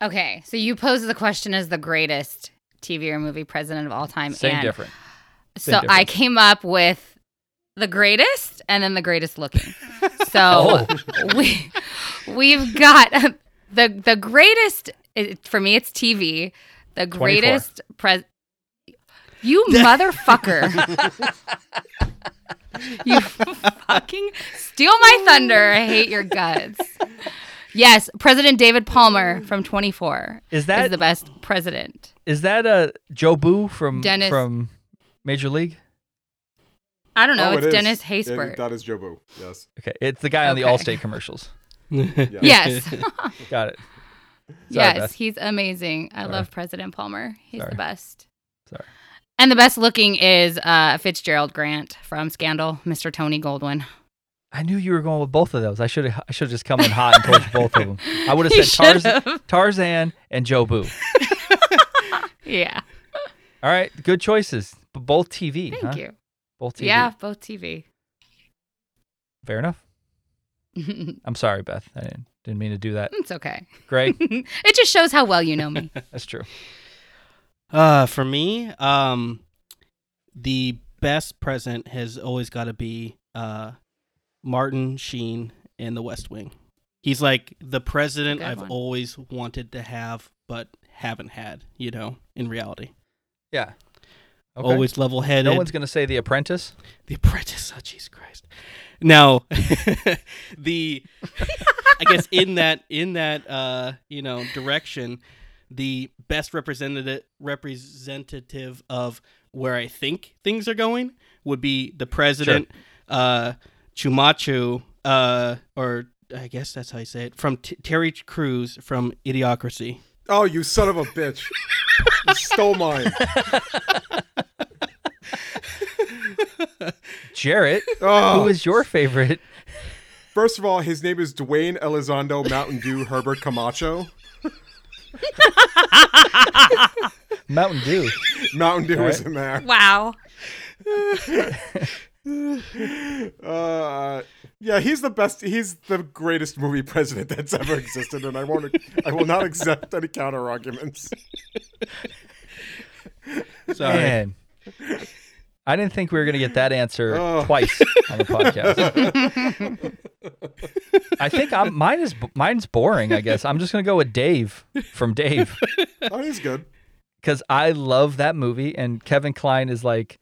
Speaker 4: Okay, so you pose the question as the greatest TV or movie president of all time.
Speaker 1: Same
Speaker 4: and
Speaker 1: different.
Speaker 4: So
Speaker 1: Same
Speaker 4: I
Speaker 1: difference.
Speaker 4: came up with the greatest and then the
Speaker 1: (laughs)
Speaker 4: greatest looking. So
Speaker 1: Oh.
Speaker 4: we we've got uh, the the greatest it, for me it's TV. The
Speaker 1: 24.
Speaker 4: greatest pres
Speaker 1: (laughs)
Speaker 4: You motherfucker. you fucking steal my thunder. I hate your guts. Yes, President David Palmer from 24
Speaker 1: Is
Speaker 4: is
Speaker 1: that
Speaker 4: the best president.
Speaker 1: Is that uh, Joe Boo from
Speaker 4: Dennis-
Speaker 1: from Major League?
Speaker 4: I don't know.
Speaker 2: Oh,
Speaker 4: it's
Speaker 2: it is.
Speaker 4: Dennis
Speaker 2: It-
Speaker 4: Haysbert.
Speaker 2: that is Jobu. Yes.
Speaker 1: Okay, it's the guy on the
Speaker 4: Okay.
Speaker 1: Allstate commercials.
Speaker 2: Yeah.
Speaker 4: yes.
Speaker 1: Got it. Sorry,
Speaker 4: yes,
Speaker 1: Beth.
Speaker 4: he's amazing. I
Speaker 1: Sorry.
Speaker 4: love President Palmer. He's
Speaker 1: Sorry.
Speaker 4: the best.
Speaker 1: Sorry.
Speaker 4: And the best looking is uh, Fitzgerald Grant from Scandal, Mr. Tony Goldwyn.
Speaker 1: I knew you were going with both of those. I should have I should have just come in hot and told you both of
Speaker 4: (laughs)
Speaker 1: them. I would
Speaker 4: You
Speaker 1: have said Tarzan,
Speaker 4: should've.
Speaker 1: Tarzan and Joe Boo. (laughs)
Speaker 4: Yeah.
Speaker 1: All right, good choices. But both TV.
Speaker 4: Thank
Speaker 1: huh?
Speaker 4: you.
Speaker 1: Both TV.
Speaker 4: Yeah, both TV.
Speaker 1: Fair enough.
Speaker 4: (laughs) it's
Speaker 1: I'm sorry, Beth. I didn't, didn't mean to do that.
Speaker 4: okay. (laughs)
Speaker 1: Greg,
Speaker 4: it just shows how well you
Speaker 1: (laughs)
Speaker 4: know me.
Speaker 1: that's true.
Speaker 3: (laughs) uh, for me, um, the best present has always got to be uh, Martin Sheen in The West Wing. He's like the president
Speaker 4: Good
Speaker 3: I've
Speaker 4: one.
Speaker 3: always wanted to have, but haven't had. You know, in reality,
Speaker 1: Yeah. Okay.
Speaker 3: always level-headed.
Speaker 1: no one's gonna say The Apprentice.
Speaker 3: The Apprentice. Oh, Jesus Christ! Now, (laughs) the I guess in that in that uh, you know direction, the best representative representative of where I think things are going would be the president, uh, Chumachu, uh, or I guess that's how you say it, from T- Terry Crews from Idiocracy.
Speaker 2: Oh, you son of a bitch! you stole
Speaker 4: (laughs)
Speaker 2: mine.
Speaker 1: Jarrett,
Speaker 2: Oh.
Speaker 1: who is your favorite?
Speaker 2: First of all, his name is Dwayne Elizondo Mountain Dew Herbert Camacho.
Speaker 1: Mountain Dew.
Speaker 2: Mountain Dew is
Speaker 1: Alright.
Speaker 2: in there.
Speaker 4: Wow.
Speaker 2: Uh, yeah, he's the best. He's the greatest movie president that's ever existed, and I won't. I will not accept any counter arguments.
Speaker 3: Sorry.
Speaker 1: Man. I didn't think we were going to get that answer
Speaker 2: Oh.
Speaker 1: twice on the podcast. I think I'm, mine is mine's boring, I guess. I'm just going to go with Dave from Dave.
Speaker 2: Oh, he's good.
Speaker 1: because I love that movie, and Kevin Klein is like,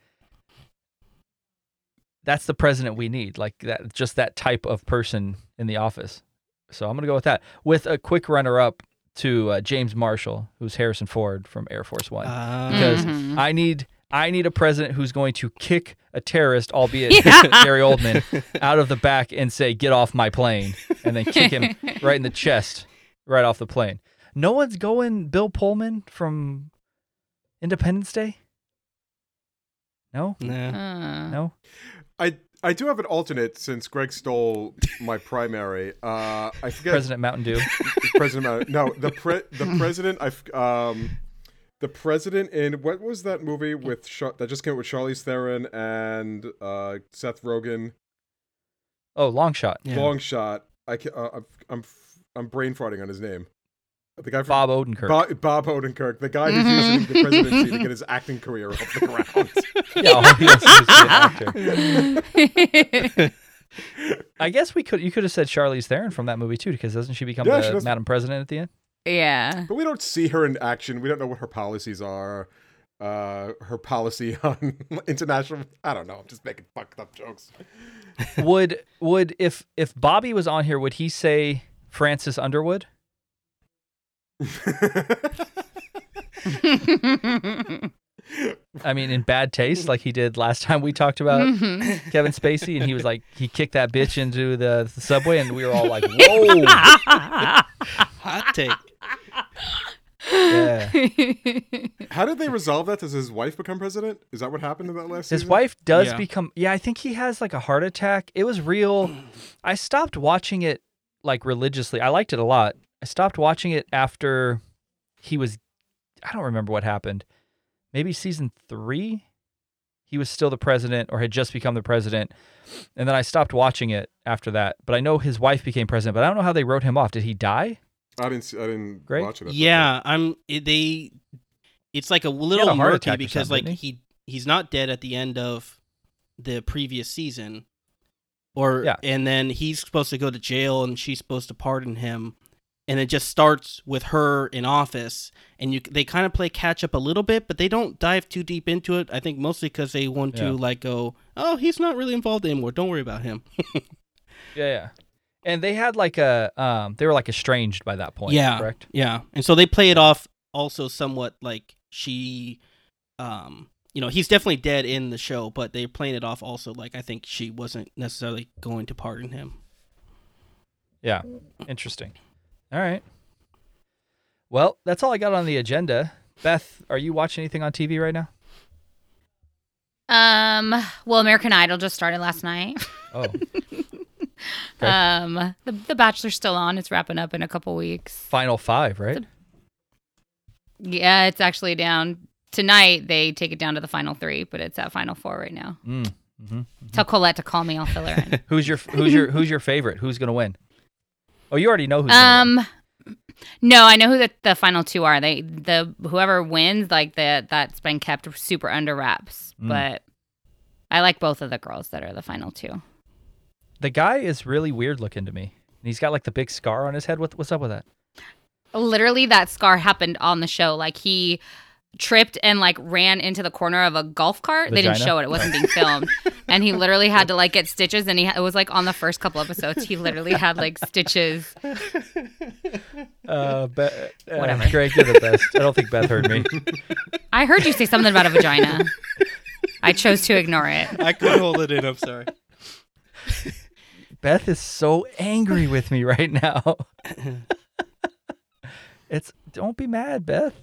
Speaker 1: that's the president we need, like that, just that type of person in the office. So I'm gonna go with that, with a quick runner up to uh, James Marshall, who's Harrison Ford from Air Force One,
Speaker 3: Uh,
Speaker 1: because
Speaker 4: Mhm.
Speaker 1: I need I need a president who's going to kick a terrorist, albeit (laughs)
Speaker 4: Yeah.
Speaker 1: Gary Oldman, out of the back and say, "Get off my plane," and then kick him right in the chest, right off the plane. No one's going Bill Pullman from Independence Day. No,
Speaker 3: nah.
Speaker 4: Uh, (laughs)
Speaker 1: no.
Speaker 2: I I do have an alternate since Greg stole my primary. Uh, I forget
Speaker 1: President Mountain Dew.
Speaker 2: president. No, the pre the president. I f- um, the president in what was that movie with Char- that just came out with Charlize Theron and uh, Seth Rogen?
Speaker 1: Oh, long shot.
Speaker 3: Yeah.
Speaker 2: Long shot. I can, uh, I'm I'm f- I'm brain farting on his name. The guy from
Speaker 1: Bob Odenkirk.
Speaker 2: Bob, Bob Odenkirk, the guy who's using the presidency to get his acting career off the ground.
Speaker 1: Yeah, oh, yes, he's a good
Speaker 2: (laughs)
Speaker 1: actor. I guess we could. You could have said Charlize Theron from that movie too, because doesn't she become
Speaker 2: Yeah, she
Speaker 1: the
Speaker 2: does.
Speaker 1: Madam President at the end?
Speaker 4: yeah.
Speaker 2: But we don't see her in action. We don't know what her policies are. Uh, her policy (laughs) on international. I don't know. I'm just making fucked up jokes. (laughs)
Speaker 1: would would if if Bobby was on here, would he say Francis Underwood? I mean, in bad taste, like he did last time we talked
Speaker 4: (laughs)
Speaker 1: about
Speaker 4: Mhm.
Speaker 1: Kevin Spacey, and he was like he kicked that bitch into the, the subway, and we were all like, "Whoa!"
Speaker 4: (laughs)
Speaker 3: Hot take.
Speaker 1: Yeah.
Speaker 2: How did they resolve that? Does his wife become president? Is that what happened in that last
Speaker 1: His
Speaker 2: season?
Speaker 1: wife does
Speaker 3: Yeah.
Speaker 1: become. Yeah, I think he has like a heart attack. It was real. I stopped watching it like religiously. I liked it a lot. I stopped watching it after he was. I don't remember what happened. Maybe season three. He was still the president, or had just become the president, and then I stopped watching it after that. But I know his wife became president. But I don't know how they wrote him off. Did he die?
Speaker 2: I didn't. see- I didn't
Speaker 1: Great.
Speaker 2: watch it.
Speaker 3: Yeah, I'm. it- They. It's like a little
Speaker 1: a heart
Speaker 3: murky
Speaker 1: attack or
Speaker 3: because
Speaker 1: something,
Speaker 3: like
Speaker 1: didn't
Speaker 3: he he's not dead at the end of the previous season, or
Speaker 1: Yeah.
Speaker 3: and then he's supposed to go to jail and she's supposed to pardon him, and it just starts with her in office, and you they kind of play catch up a little bit, but they don't dive too deep into it. I think mostly because they want
Speaker 1: Yeah.
Speaker 3: to like go, oh, he's not really involved anymore. Don't worry about him.
Speaker 1: Yeah, yeah. And they had like a. Um, they were like estranged by that point.
Speaker 3: Yeah.
Speaker 1: Correct.
Speaker 3: Yeah. And so they play it off also somewhat like she um you know, he's definitely dead in the show, but they're playing it off also like I think she wasn't necessarily going to pardon him.
Speaker 1: Yeah. Interesting. All right. Well, that's all I got on the agenda. Beth, are you watching anything on TV right now?
Speaker 4: um. Well, American Idol just started last night.
Speaker 1: Oh, Okay.
Speaker 4: Um. The, the Bachelor's still on. It's wrapping up in a couple weeks.
Speaker 1: Final Five, right?
Speaker 4: Yeah, it's actually down tonight. They take it down to the final three, but it's at final four right now.
Speaker 1: Mm. hmm
Speaker 4: Tell Colette to call me. I'll fill her in.
Speaker 1: Who's your Who's your Who's your favorite? Who's gonna win? Oh, you already know (laughs) who's. gonna win.
Speaker 4: um. No, I know who the, the final two are. They the whoever wins, like that that's been kept super under wraps.
Speaker 1: Mm.
Speaker 4: But I like both of the girls that are the final two.
Speaker 1: The guy is really weird looking to me, and he's got like the big scar on his head. What, what's up with that?
Speaker 4: literally that scar happened on the show like he tripped and like ran into the corner of a golf cart they didn't
Speaker 1: Vagina? (laughs)
Speaker 4: show it it wasn't being filmed and he literally had to like get stitches, and he it was like on the first couple episodes, he literally had like stitches.
Speaker 1: Uh, Be- uh,
Speaker 4: Whatever.
Speaker 1: Greg, you're the best. I don't think Beth heard me.
Speaker 4: I heard you say something about a vagina. I chose to ignore it.
Speaker 3: (laughs) I couldn't hold it in. I'm sorry.
Speaker 1: (laughs) Beth is so angry with me right (laughs) now. it's don't be mad, Beth.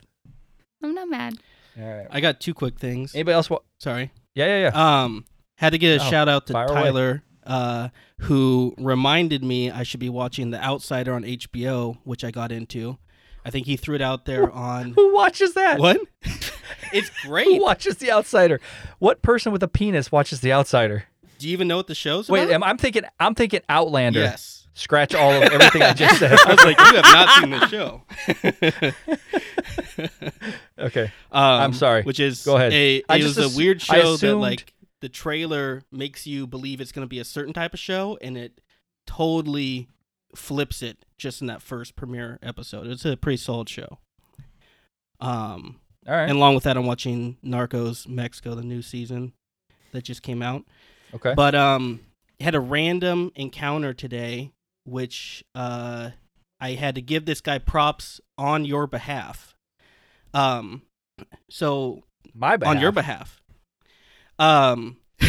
Speaker 4: I'm not mad.
Speaker 1: All right.
Speaker 3: I got two quick things.
Speaker 1: Anybody else? Wa-
Speaker 3: Sorry.
Speaker 1: yeah, yeah, yeah.
Speaker 3: Um, had to get a
Speaker 1: Oh,
Speaker 3: shout out to
Speaker 1: fire away.
Speaker 3: Tyler, uh, who reminded me I should be watching The Outsider on HBO, which I got into. I think he threw it out
Speaker 1: (laughs)
Speaker 3: there on
Speaker 1: Who watches that?
Speaker 3: what? (laughs) it's
Speaker 1: Who
Speaker 3: great.
Speaker 1: watches The Outsider? What person with a penis watches The Outsider?
Speaker 3: Do you even know what the show's
Speaker 1: Wait,
Speaker 3: about?
Speaker 1: am- I'm thinking. I'm thinking Outlander.
Speaker 3: yes.
Speaker 1: Scratch all of everything I just
Speaker 3: (laughs)
Speaker 1: said.
Speaker 3: I was like, you have not seen the show.
Speaker 1: (laughs) Okay.
Speaker 3: Um,
Speaker 1: I'm sorry.
Speaker 3: Which is
Speaker 1: Go ahead.
Speaker 3: A, it
Speaker 1: I
Speaker 3: was
Speaker 1: just
Speaker 3: a
Speaker 1: ass-
Speaker 3: weird
Speaker 1: I
Speaker 3: show that
Speaker 1: assumed-
Speaker 3: like the trailer makes you believe it's going to be a certain type of show, and it totally flips it just in that first premiere episode. It's a pretty solid show. Um,
Speaker 1: All right.
Speaker 3: and along with that, I'm watching Narcos Mexico, the new season that just came out.
Speaker 1: Okay.
Speaker 3: But um, had a random encounter today, which uh, I had to give this guy props on your behalf. Um, so
Speaker 1: My bad.
Speaker 3: on your behalf. Um, (laughs)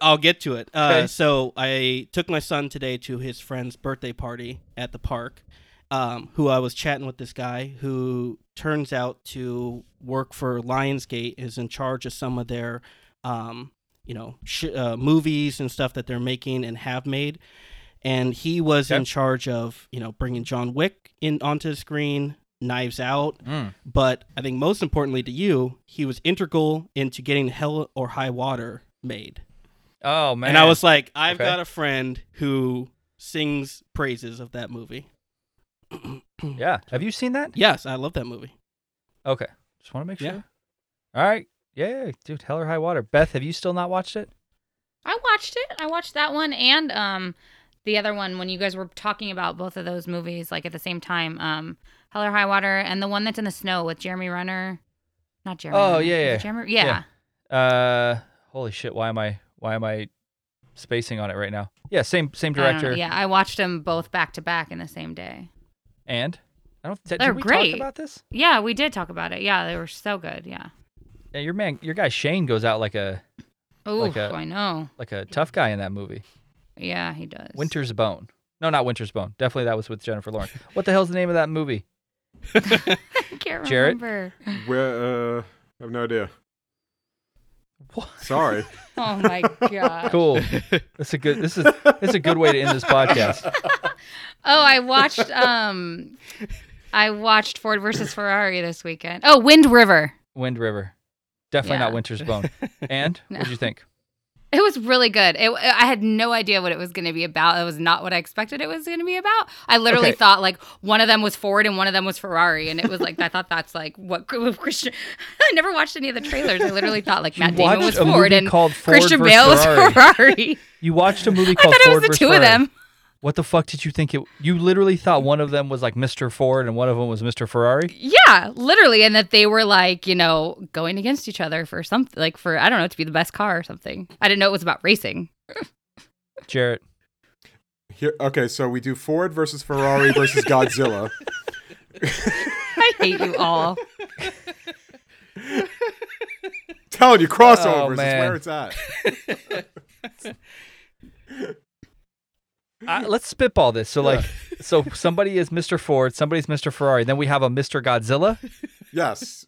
Speaker 3: I'll get to it. Uh,
Speaker 1: Okay.
Speaker 3: So I took my son today to his friend's birthday party at the park. Um, who I was chatting with this guy who turns out to work for Lionsgate is in charge of some of their, um, you know, sh- uh, movies and stuff that they're making and have made. And he was
Speaker 1: Okay.
Speaker 3: in charge of, you know, bringing John Wick in onto the screen, Knives Out,
Speaker 1: Mm.
Speaker 3: but I think most importantly to you, he was integral into getting Hell or High Water made.
Speaker 1: Oh man.
Speaker 3: And I was like, I've
Speaker 1: Okay.
Speaker 3: got a friend who sings praises of that movie.
Speaker 1: Yeah. Have you seen that?
Speaker 3: Yes, I love that movie.
Speaker 1: Okay. Just want to make sure.
Speaker 3: Yeah.
Speaker 1: All right. Yeah, yeah, dude. Hell or high water. Beth, have you still not watched it?
Speaker 4: I watched it. I watched that one and um the other one when you guys were talking about both of those movies like at the same time. Um Hell or High Water and the one that's in the snow with Jeremy Renner. Not Jeremy.
Speaker 1: Oh,
Speaker 4: Renner.
Speaker 1: yeah,
Speaker 4: Is it
Speaker 1: yeah.
Speaker 4: Jeremy,
Speaker 1: Yeah.
Speaker 4: yeah.
Speaker 1: Uh, holy shit. Why am I? Why am I spacing on it right now? Yeah. Same. Same
Speaker 4: I don't know.
Speaker 1: director.
Speaker 4: Um, yeah, I watched them both back to back in the same day.
Speaker 1: And I don't. Did,
Speaker 4: They're
Speaker 1: did we
Speaker 4: great.
Speaker 1: talk about this?
Speaker 4: Yeah, we did talk about it. Yeah, they were so good. Yeah.
Speaker 1: Yeah. Your man. Your guy Shane goes out like a
Speaker 4: Oh,
Speaker 1: Like a-
Speaker 4: I know.
Speaker 1: like a tough guy in that movie.
Speaker 4: Yeah, he does.
Speaker 1: Winter's Bone. No, not Winter's Bone. Definitely that was with Jennifer Lawrence. What the hell's the name of that movie?
Speaker 4: I can't
Speaker 1: Jarrett?
Speaker 4: remember.
Speaker 2: Where, uh, I have no idea.
Speaker 1: What?
Speaker 2: Sorry.
Speaker 1: (laughs)
Speaker 4: Oh my god.
Speaker 1: Cool. That's a good. This is this is a good way to end this podcast.
Speaker 4: Oh, I watched um I watched Ford versus Ferrari this weekend. Oh, Wind River.
Speaker 1: Wind River. Definitely not
Speaker 4: Yeah.
Speaker 1: Winter's Bone. And
Speaker 4: No.
Speaker 1: what'd you think?
Speaker 4: It was really good. It, I had no idea what it was going to be about. It was not what I expected it was going to be about. I literally
Speaker 1: Okay.
Speaker 4: thought like one of them was Ford and one of them was Ferrari, and it was like I thought that's like what (laughs) Christian. I never watched any of the trailers. I literally thought like Matt Damon
Speaker 1: watched a
Speaker 4: was Ford
Speaker 1: movie
Speaker 4: and
Speaker 1: called Ford
Speaker 4: Christian
Speaker 1: versus
Speaker 4: Bale was
Speaker 1: Ferrari.
Speaker 4: Ferrari. (laughs)
Speaker 1: You watched a movie
Speaker 4: I
Speaker 1: called
Speaker 4: thought it
Speaker 1: Ford
Speaker 4: was the
Speaker 1: versus
Speaker 4: two of
Speaker 1: Ferrari.
Speaker 4: them.
Speaker 1: What the fuck did you think it? You literally thought one of them was like Mr. Ford and one of them was Mr. Ferrari.
Speaker 4: Yeah, literally, and that they were like you know going against each other for something like for I don't know to be the best car or something. I didn't know it was about racing.
Speaker 1: Jarrett,
Speaker 2: Here, okay, so we do Ford versus Ferrari
Speaker 1: (laughs)
Speaker 2: versus Godzilla.
Speaker 4: I hate you all.
Speaker 2: Telling you, crossovers
Speaker 1: Oh,
Speaker 2: is
Speaker 1: man.
Speaker 2: where it's at.
Speaker 1: I, let's spitball this. So like, so somebody is Mr. Ford, somebody's Mr. Ferrari. Then we have a Mr. Godzilla,
Speaker 2: Yes.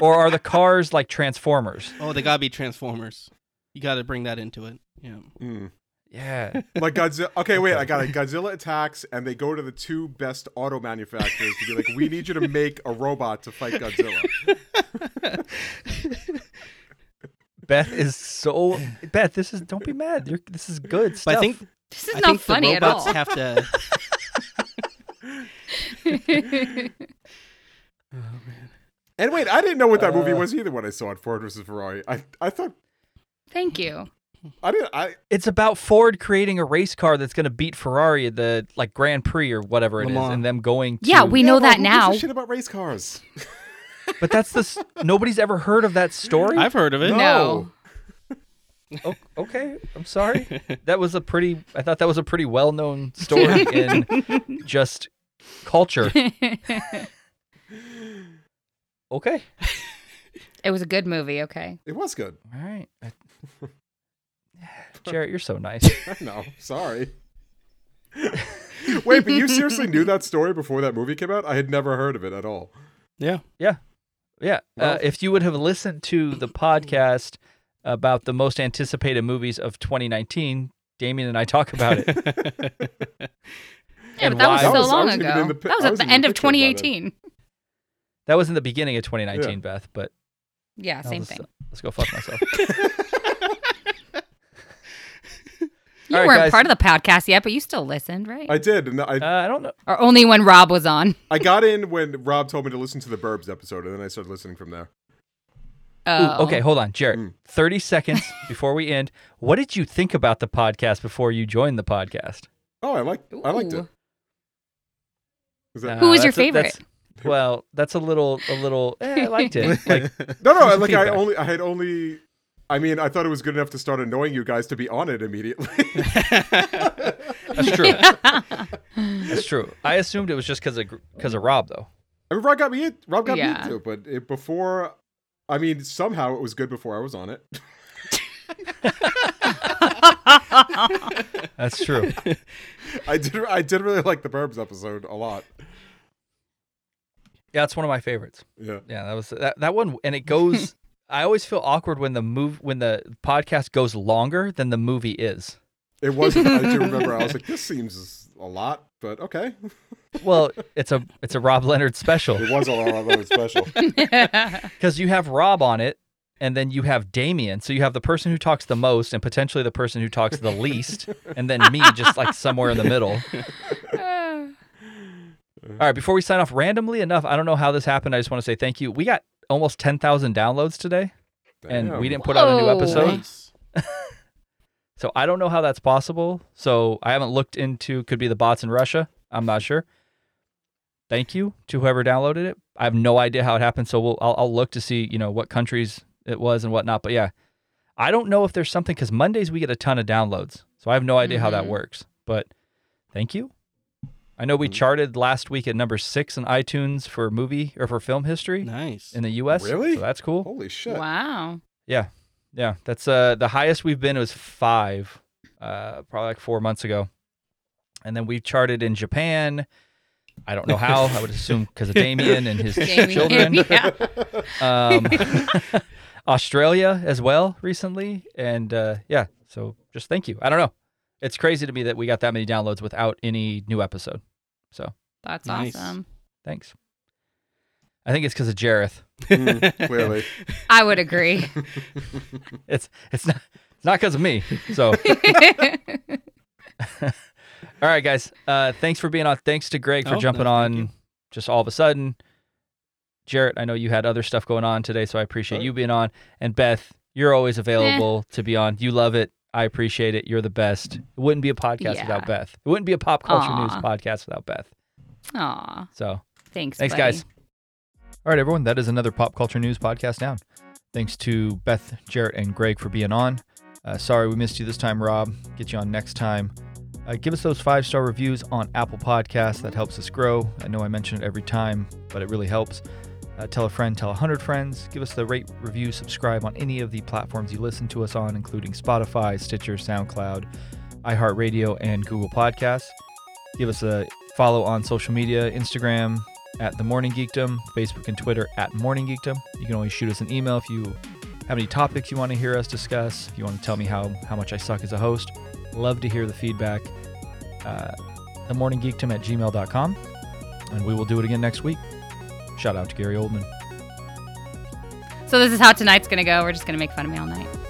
Speaker 1: or are the cars like Transformers?
Speaker 3: Oh, they gotta be Transformers. You gotta bring that into it.
Speaker 4: (laughs)
Speaker 3: Yeah.
Speaker 2: Mm.
Speaker 1: Yeah.
Speaker 2: Like Godzilla. Okay, wait, I got
Speaker 1: (laughs)
Speaker 2: it. Godzilla attacks, and they go to the two best auto manufacturers to be like, we need you to make a robot to fight Godzilla.
Speaker 1: Beth is so Beth. This is don't be mad. You're, this is good stuff.
Speaker 3: But I think
Speaker 4: This is
Speaker 3: I
Speaker 4: not
Speaker 3: think
Speaker 4: funny
Speaker 3: the
Speaker 4: at
Speaker 3: robots
Speaker 4: all.
Speaker 3: have to.
Speaker 4: (laughs)
Speaker 2: And wait, I didn't know what that movie
Speaker 1: Uh.
Speaker 2: was either when I saw it, Ford versus Ferrari. I, I thought,
Speaker 4: (laughs) Thank you.
Speaker 2: I didn't, I,
Speaker 1: it's about Ford creating a race car that's going to beat Ferrari at the like Grand Prix or whatever it
Speaker 3: Le
Speaker 1: is,
Speaker 3: Mans.
Speaker 1: and them going. To, (laughs)
Speaker 4: Yeah, we know
Speaker 2: Yeah, but
Speaker 4: that
Speaker 2: who gives a
Speaker 4: now.
Speaker 2: Shit about race cars.
Speaker 1: But that's the s- nobody's ever heard of that story.
Speaker 3: I've heard of it.
Speaker 4: No.
Speaker 1: o- okay, I'm sorry. That was a pretty. I thought that was a pretty well-known story
Speaker 3: (laughs)
Speaker 1: in just culture. Okay,
Speaker 4: (laughs) it was a good movie. Okay.
Speaker 2: It was good. (laughs)
Speaker 1: all right. I- Jarrett, you're so
Speaker 2: (laughs)
Speaker 1: nice.
Speaker 2: I know. Sorry. Wait, but you seriously knew that story before that movie came out? I had never heard of it at all.
Speaker 3: (laughs) yeah.
Speaker 1: Yeah. Uh,
Speaker 2: Well-
Speaker 1: if you would have listened to the podcast about the most anticipated movies of 2019, Damien and I talk about
Speaker 2: (laughs)
Speaker 1: it.
Speaker 4: Yeah,
Speaker 1: (laughs) And
Speaker 4: but that
Speaker 1: why-
Speaker 4: was so
Speaker 1: I was-
Speaker 2: I
Speaker 4: long
Speaker 2: was even
Speaker 4: ago.
Speaker 2: in the pi-
Speaker 4: that was
Speaker 2: I
Speaker 4: at
Speaker 2: was
Speaker 4: the
Speaker 2: in the
Speaker 4: end of
Speaker 2: picture by then.
Speaker 4: 2018.
Speaker 1: That was in the beginning of 2019,
Speaker 2: Yeah.
Speaker 1: Beth, but
Speaker 4: Yeah,
Speaker 1: I'll
Speaker 4: same
Speaker 1: just- uh,
Speaker 4: thing.
Speaker 1: Let's go fuck
Speaker 2: (laughs)
Speaker 1: myself.
Speaker 4: You
Speaker 1: All right,
Speaker 4: weren't
Speaker 1: guys.
Speaker 4: part of the podcast yet, but you still listened, right?
Speaker 2: I did, and I
Speaker 1: Uh, I don't know.
Speaker 4: or only when Rob was on.
Speaker 2: I got in when Rob told me to listen to the Burbs episode, and then I started listening from there.
Speaker 4: Oh.
Speaker 1: Ooh, okay, hold on, Jared.
Speaker 2: Mm.
Speaker 1: 30
Speaker 2: (laughs)
Speaker 1: seconds before we end. What did you think about the podcast before you joined the podcast?
Speaker 2: Oh, I liked I liked it.
Speaker 4: Ooh.
Speaker 2: Is that-
Speaker 4: Who was your
Speaker 1: Uh, that's a- that's-
Speaker 4: favorite?
Speaker 1: well, that's a little, a little. eh, I liked
Speaker 4: (laughs)
Speaker 1: it. Like,
Speaker 2: (laughs) no, no, I-
Speaker 1: some
Speaker 2: like I
Speaker 1: feedback.
Speaker 2: only I had only I mean, I thought it was good enough to start annoying you guys to be on it immediately. (laughs)
Speaker 1: that's true. That's true. I assumed it was just because of because of Rob though.
Speaker 2: I mean, Rob got me in, Rob got
Speaker 4: Yeah.
Speaker 2: me into it, but it before I mean, somehow it was good before I was on it. (laughs)
Speaker 1: That's (laughs) true.
Speaker 2: I did I did really like the Burbs episode a lot.
Speaker 1: Yeah, it's one of my favorites.
Speaker 2: Yeah.
Speaker 1: Yeah, that was that, that one, and it goes. I always feel awkward when the move when the podcast goes longer than the movie is.
Speaker 2: It was I do remember I was like, this seems a lot, but okay.
Speaker 1: Well, it's a it's a Rob Leonard special
Speaker 2: It was a lot of it special.
Speaker 1: because you have Rob on it, and then you have Damien. So you have the person who talks the most, and potentially the person who talks the least, and then me, just like somewhere in the middle.
Speaker 4: Uh,
Speaker 1: All right, before we sign off, randomly enough, I don't know how this happened. I just want to say thank you. We got almost ten thousand downloads today, (laughs) and we
Speaker 2: Damn.
Speaker 1: didn't put out a new
Speaker 4: Whoa.
Speaker 1: episode.
Speaker 3: Nice.
Speaker 1: So I don't know how that's possible. So I haven't looked into could be the bots in Russia. I'm not sure. Thank you to whoever downloaded it. I have no idea how it happened. So we'll I'll, I'll look to see you know what countries it was and whatnot. But yeah, I don't know if there's something because Mondays we get a ton of downloads. So I have no idea how that
Speaker 4: Mhm.
Speaker 1: works. But thank you. I know we charted last week at number six on iTunes for movie or for film history
Speaker 3: Nice.
Speaker 1: in the U.S.
Speaker 2: Really?
Speaker 1: So that's cool.
Speaker 2: Holy shit. (laughs)
Speaker 4: wow.
Speaker 1: Yeah, that's uh the highest we've been was five, uh probably like four months ago, and then we charted in Japan. I don't know how. I would assume because of Damien and his
Speaker 4: Damien.
Speaker 1: children.
Speaker 4: (laughs) Yeah.
Speaker 1: Um, (laughs) Australia as well recently, and uh, yeah. So just thank you. I don't know. It's crazy to me that we got that many downloads without any new episode. So
Speaker 4: That's
Speaker 3: Nice.
Speaker 4: awesome.
Speaker 1: thanks. I think it's because of Jareth.
Speaker 2: Mm, clearly.
Speaker 4: I would agree. (laughs)
Speaker 1: It's it's not it's not because of me. So. All right, guys. Uh, thanks for being on. Thanks to Greg for
Speaker 3: Oh,
Speaker 1: jumping
Speaker 3: no, thank
Speaker 1: on
Speaker 3: you.
Speaker 1: just all of a sudden. Jarrett, I know you had other stuff going on today, so I appreciate
Speaker 2: Sure.
Speaker 1: you being on. And Beth, you're always available to be on. You love it. I appreciate it. You're the best. It wouldn't be a podcast
Speaker 4: Yeah.
Speaker 1: without Beth. It wouldn't be a pop culture news
Speaker 4: Aw.
Speaker 1: podcast without Beth.
Speaker 4: Aw.
Speaker 1: So
Speaker 4: Thanks.
Speaker 1: Thanks,
Speaker 4: buddy.
Speaker 1: guys. All right, everyone. That is another pop culture news podcast down. Thanks to Beth, Jarrett, and Greg for being on. Uh, sorry we missed you this time, Rob. Get you on next time. Uh, give us those five star reviews on Apple Podcasts. That helps us grow. I know I mention it every time, but it really helps. Uh, tell a friend, tell a 100 friends. Give us the rate, review, subscribe on any of the platforms you listen to us on, including Spotify, Stitcher, SoundCloud, iHeartRadio, and Google Podcasts. Give us a follow on social media Instagram, at The Morning Geekdom, Facebook and Twitter at Morning Geekdom. You can always shoot us an email if you have any topics you want to hear us discuss, if you want to tell me how, how much I suck as a host. Love to hear the feedback. Uh, the Morning Geekdom at gmail.com. And we will do it again next week. Shout out to Gary Oldman.
Speaker 4: So this is how tonight's gonna go. We're just gonna make fun of me all night.